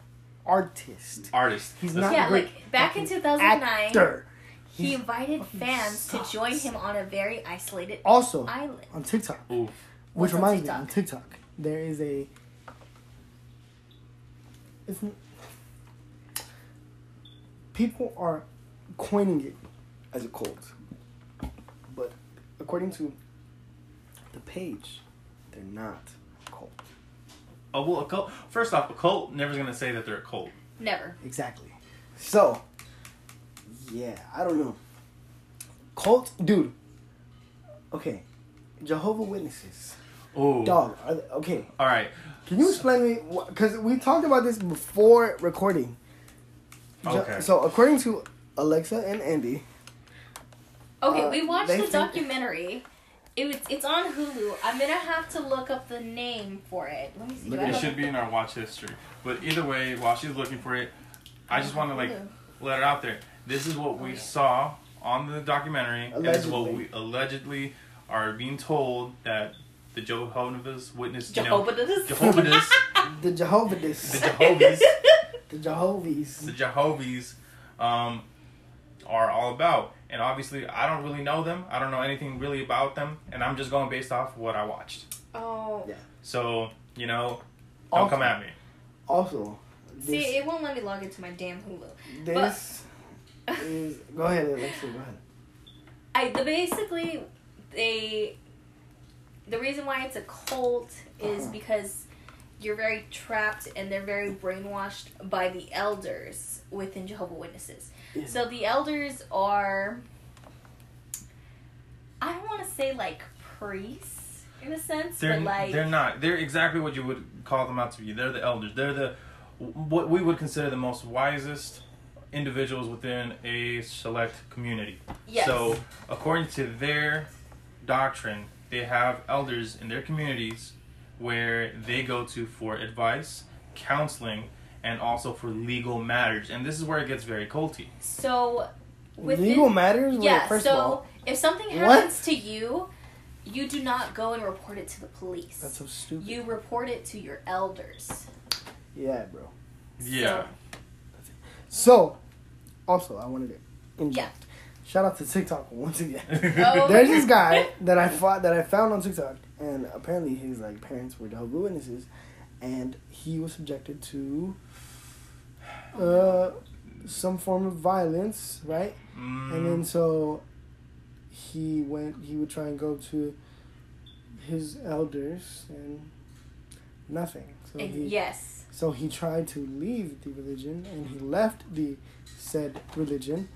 artist.
Artist.
He's
That's-
not
Yeah,
a great
like back in
fucking
2009,
actor.
he
He's-
invited
fucking
fans
sucks.
to join him on a very isolated
also
island.
on TikTok,
Oof.
which
What's on
reminds
TikTok?
me, on TikTok there is a. It's, n- people are coining it as a cult, but according to the page, they're not a cult.
Oh well, a cult. First off, a cult never's gonna say that they're a cult.
Never.
Exactly. So, yeah, I don't know. Cult, dude. Okay, Jehovah Witnesses.
Oh,
Dog. Are they, okay,
All right.
can you explain to me? Because we talked about this before recording. Je-
Okay.
So according to Alexa and Andy,
Okay,
Uh,
we watched
they
the
think-
documentary. It was, it's on Hulu. I'm gonna have to look up the name for it. Let me see. Do I
it
have
should be in our watch history. But either way, while she's looking for it, I just want to like
Hulu.
let it out there. This is what we saw on the documentary. and This is what we allegedly are being told that the Jehovah's Witness,
Jehovah
you know, Jehovah's,
the
the
Jehovah's,
Jehovah's,
the
the
Jehovah's.
Jehovah's, um, are all about. And obviously, I don't really know them. I don't know anything really about them, and I'm just going based off what I watched.
Oh.
Yeah.
So you know, don't
Also-
come at me.
Also,
See,
this,
it won't let me log into my damn Hulu.
this is. Go ahead, Alexa. Go ahead.
I the basically they the reason why it's a cult is
Uh-huh.
because you're very trapped and they're very brainwashed by the elders within Jehovah Witnesses.
Yeah.
So the elders are I don't want to say like priests in a sense,
They're
but like
they're not. They're exactly what you would call them out to be. They're the elders. They're the what we would consider the most wisest individuals within a select community.
yes.
So according to their doctrine, they have elders in their communities where they go to for advice, counseling, and also for legal matters. And this is where it gets very culty.
so within,
Legal matters. Wait,
Yeah,
First
so
of all,
if something
What?
happens to you, you do not go and report it to the police.
that's so stupid.
You report it to your elders.
yeah, bro.
Yeah.
So, also, I wanted to
Yeah.
inject. Shout out to TikTok once again.
Oh.
There's this guy that I fought, that I found on TikTok, and apparently his like parents were Jehovah's Witnesses, and he was subjected to uh, some form of violence, right?
Mm,
And then so he went. He would try and go to his elders and nothing. So
Ex-
he,
yes.
so he tried to leave the religion and he left the said religion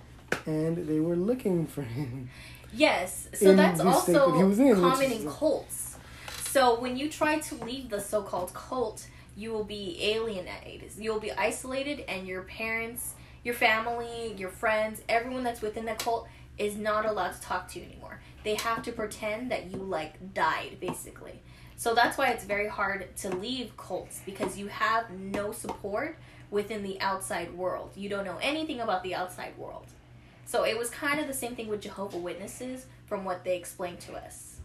and they were looking for him.
Yes. So
In
that's
the state
also
that he was in, which
common
is
in
a-
cults. So when you try to leave the so called cult, you will be alienated. You'll be isolated, and your parents, your family, your friends, everyone that's within the cult is not allowed to talk to you anymore. They have to pretend that you, like, died, basically. So that's why it's very hard to leave cults because you have no support within the outside world. You don't know anything about the outside world. So it was kind of the same thing with Jehovah Witnesses from what they explained to us.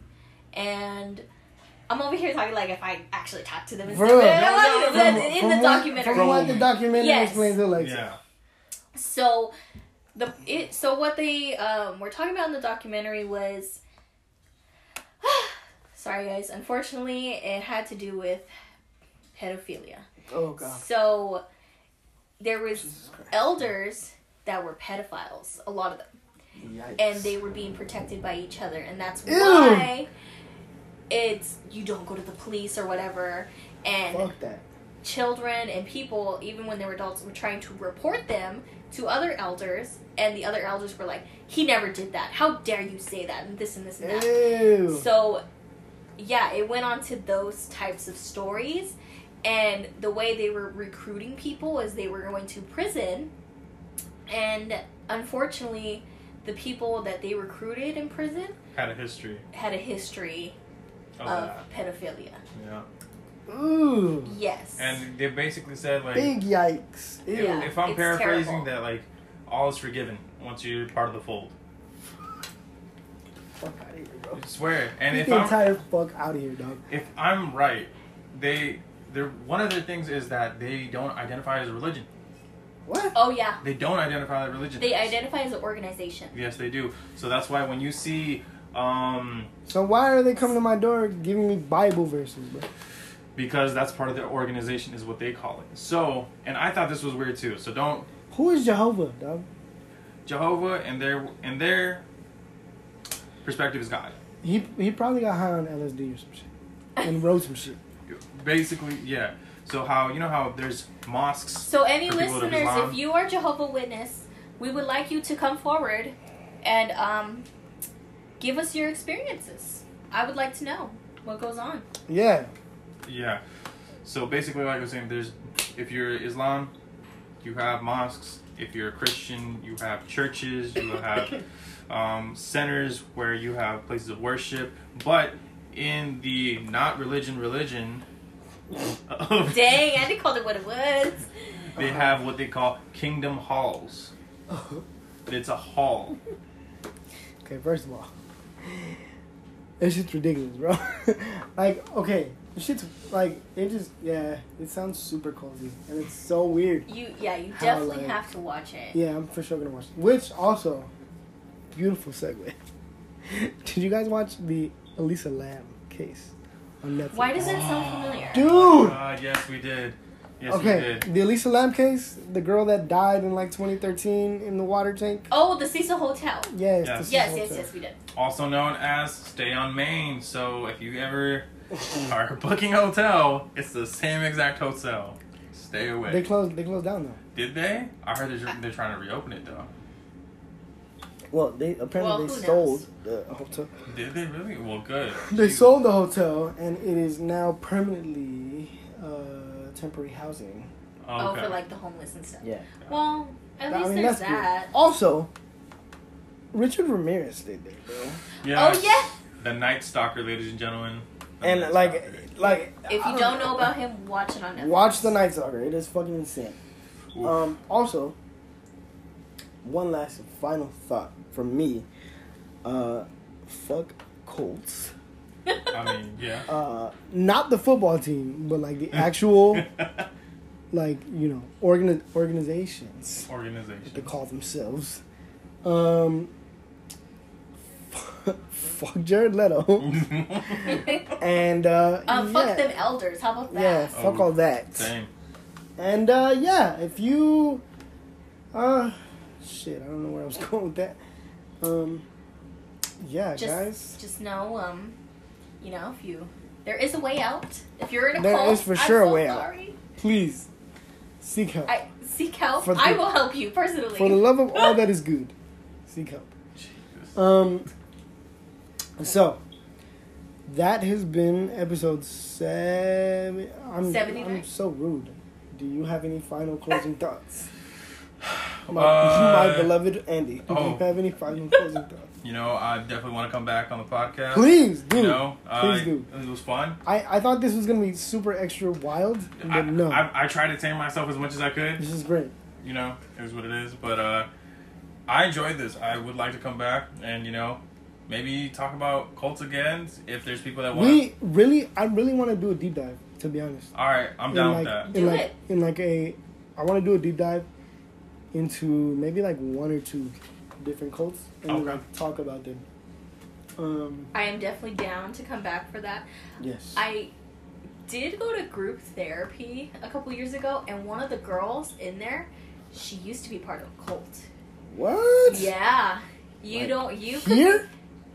And I'm over here talking like if I actually talked to them and
Bro.
stuff. but
No,
I wasn't. That's in
From
the
what-
documentary.
From what the documentary
Yes.
explains it like
Yeah.
So the it so what they um were talking about in the documentary was sorry guys, unfortunately it had to do with pedophilia.
Oh god.
So there was
Jesus Christ.
elders that were pedophiles, a lot of them.
Yikes.
And they were being protected by each other and that's
Ew.
why it's you don't go to the police or whatever and
Fuck that.
children and people, even when they were adults, were trying to report them to other elders, and the other elders were like, "He never did that. How dare you say that?" And this and this and that.
Ew.
So, yeah, it went on to those types of stories. And the way they were recruiting people is they were going to prison. And unfortunately, the people that they recruited in prison
Had a history
had a history
of
of
that.
pedophilia.
Yeah.
Ooh.
Yes.
And they basically said like,
Big yikes. Ew.
Yeah.
if I'm
It's
paraphrasing
terrible.
that, like, all is forgiven once you're part of the fold.
Fuck out of here, bro.
I swear. And
Get
if
Oh. the
I'm
entire fuck out of here, dog.
if I'm right, they they're one of their things is that they don't identify as a religion.
What?
oh yeah,
They don't identify as a religion.
they identify as an organization.
Yes, they do. So that's why when you see, um,
So why are they coming to my door giving me Bible verses, bro?
because that's part of their organization is what they call it. So, and I thought this was weird too. So don't
Who is Jehovah, dog?
Jehovah and their and their perspective is God.
He he probably got high on LSD or some shit and wrote some shit.
Basically, yeah. So how you know how there's mosques
So any
for people that
listeners,
belong.
if you are Jehovah Witness, we would like you to come forward and um, give us your experiences. I would like to know what goes on.
Yeah.
Yeah. So basically, like I was saying, there's if you're Islam, you have mosques. If you're a Christian, you have churches. You have um, centers where you have places of worship. But in the not religion religion, of,
Dang, I didn't call it what it was.
they have what they call kingdom halls. It's a hall.
Okay, first of all, it's just ridiculous, bro. like, okay, the shit's like it just yeah, it sounds super cozy and it's so weird.
You yeah, you
How,
definitely
like-
have to watch it.
Yeah, I'm for sure gonna watch. it. Which also, beautiful segue. Did you guys watch the Elisa Lamb case on Netflix?
Why does that sound familiar?
dude?
Uh, yes, we did. Yes, we
Okay,
did.
the Elisa Lamb case, the girl that died in like 2013 in the water tank.
Oh, the Cecil Hotel.
Yes.
Yeah.
this is
Yes,
what
yes,
it-
yes, we did.
Also known as Stay on Main. So if you ever are booking a hotel, it's the same exact hotel. Stay away.
They closed. They closed down though.
Did they? I heard they're, they're trying to reopen it though.
Well, they
Well,
apparently
who
they
knows?
sold the hotel.
Did they really? Well, good.
They
Jeez.
sold the hotel, and it is now permanently uh, temporary housing.
Oh,
Oh,
okay.
for like the homeless and stuff.
Yeah.
Well, at
I
least
mean,
there's
that's good.
that.
Also, Richard Ramirez did that, bro.
Yes.
Oh yeah.
The Night Stalker, ladies and gentlemen. The
And
Night
like,
Stalker.
like
If
I
you don't know about him, watch it on Netflix.
watch the Night Stalker. It is fucking insane.
Oof.
Um, also, one last and final thought from me. Uh, fuck Colts.
I mean, yeah.
Uh, not the football team, but like the actual, like you know, organi- organizations. that they
Organization.
call themselves. Um, fuck Jared Leto. and, uh, yeah.
um, fuck them elders. How about that?
Yeah, fuck
Oh,
all that.
Same.
And, uh, yeah, if you, uh, shit, I don't know where I was going with that. Um, yeah,
just
guys.
just know um You know, if you there is a way out. If you're in a
There
cult,
is for sure a
I'm so
way out.
sorry.
Please seek help.
I seek help.
For the-
I will help you personally.
For the love of all that is good, seek help. Um. So that has been episode seven. I'm,
79.
I'm so rude. Do you have any final closing thoughts? My,
Uh,
my beloved Andy, do
oh.
you have any final closing thoughts?
You know, I definitely want to come back on the podcast.
Please do.
You know, I,
Please do.
It was fun.
I, I thought this was gonna be super extra wild, but
I,
no.
I, I tried to tame myself as much as I could.
this is great.
You know, it is what it is. But uh, I enjoyed this. I would like to come back and, you know, maybe talk about cults again if there's people that want to.
We really, I really want to do a deep dive. To be honest,
All right, I'm
in
down
like,
with that.
In
Do
like,
it.
in like a, I want to do a deep dive into maybe like one or two different cults and
Okay.
like talk about them. Um.
I am definitely down to come back for that.
Yes.
I did go to group therapy a couple years ago, and one of the girls in there, she used to be part of a cult.
what?
Yeah, you
Like,
don't you could
Here?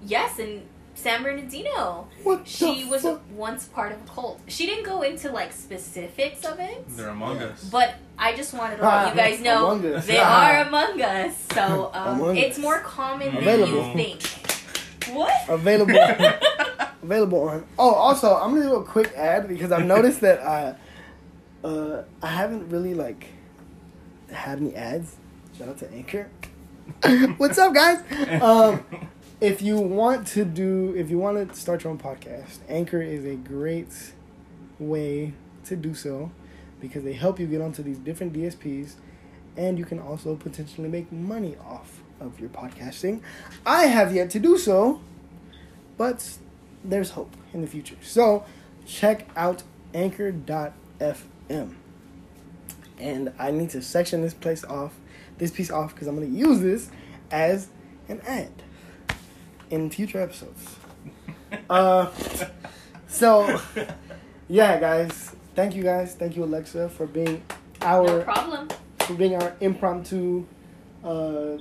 yes in San Bernardino.
What
She
the
was
fuck?
once part of a cult. She didn't go into like specifics of it,
They're among
Yeah.
us.
but I just wanted to let you guys know
Ah, Among Us. Ah.
they are among us. So um,
Among
it's
Us.
more common than
Available.
you think. What?
available. available on. Oh, also, I'm gonna do a quick ad because I've noticed that I, uh, I haven't really like had any ads. Shout out to Anchor. What's up, guys? Um, if you want to do, if you want to start your own podcast, Anchor is a great way to do so because they help you get onto these different DSPs, and you can also potentially make money off of your podcasting. I have yet to do so, but there's hope in the future. So check out anchor.fm. And I need to section this place off, this piece off, because I'm going to use this as an ad in future episodes. uh, so, yeah, guys. Thank you, guys. Thank you, Alexa, for being
No
our
problem.
for being our impromptu uh,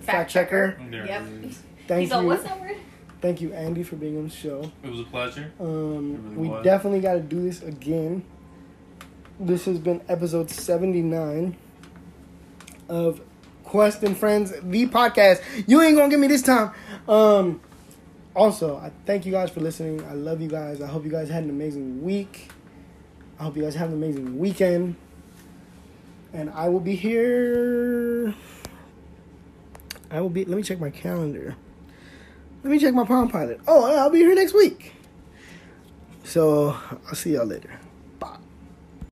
fact,
Fact
checker.
There
Yep.
it is.
Thank
He's
you.
all, what's that word?
Thank you, Andy, for being on the show.
It was a pleasure. It
Um,
really
we
was.
definitely got to do this again. This has been episode 79 of Quest and Friends, the podcast. You ain't going to get me this time. Um, also, I thank you guys for listening. I love you guys. I hope you guys had an amazing week. I hope you guys have an amazing weekend. And I will be here. I will be. Let me check my calendar. Let me check my Palm Pilot. Oh, yeah, I'll be here next week. So I'll see y'all later.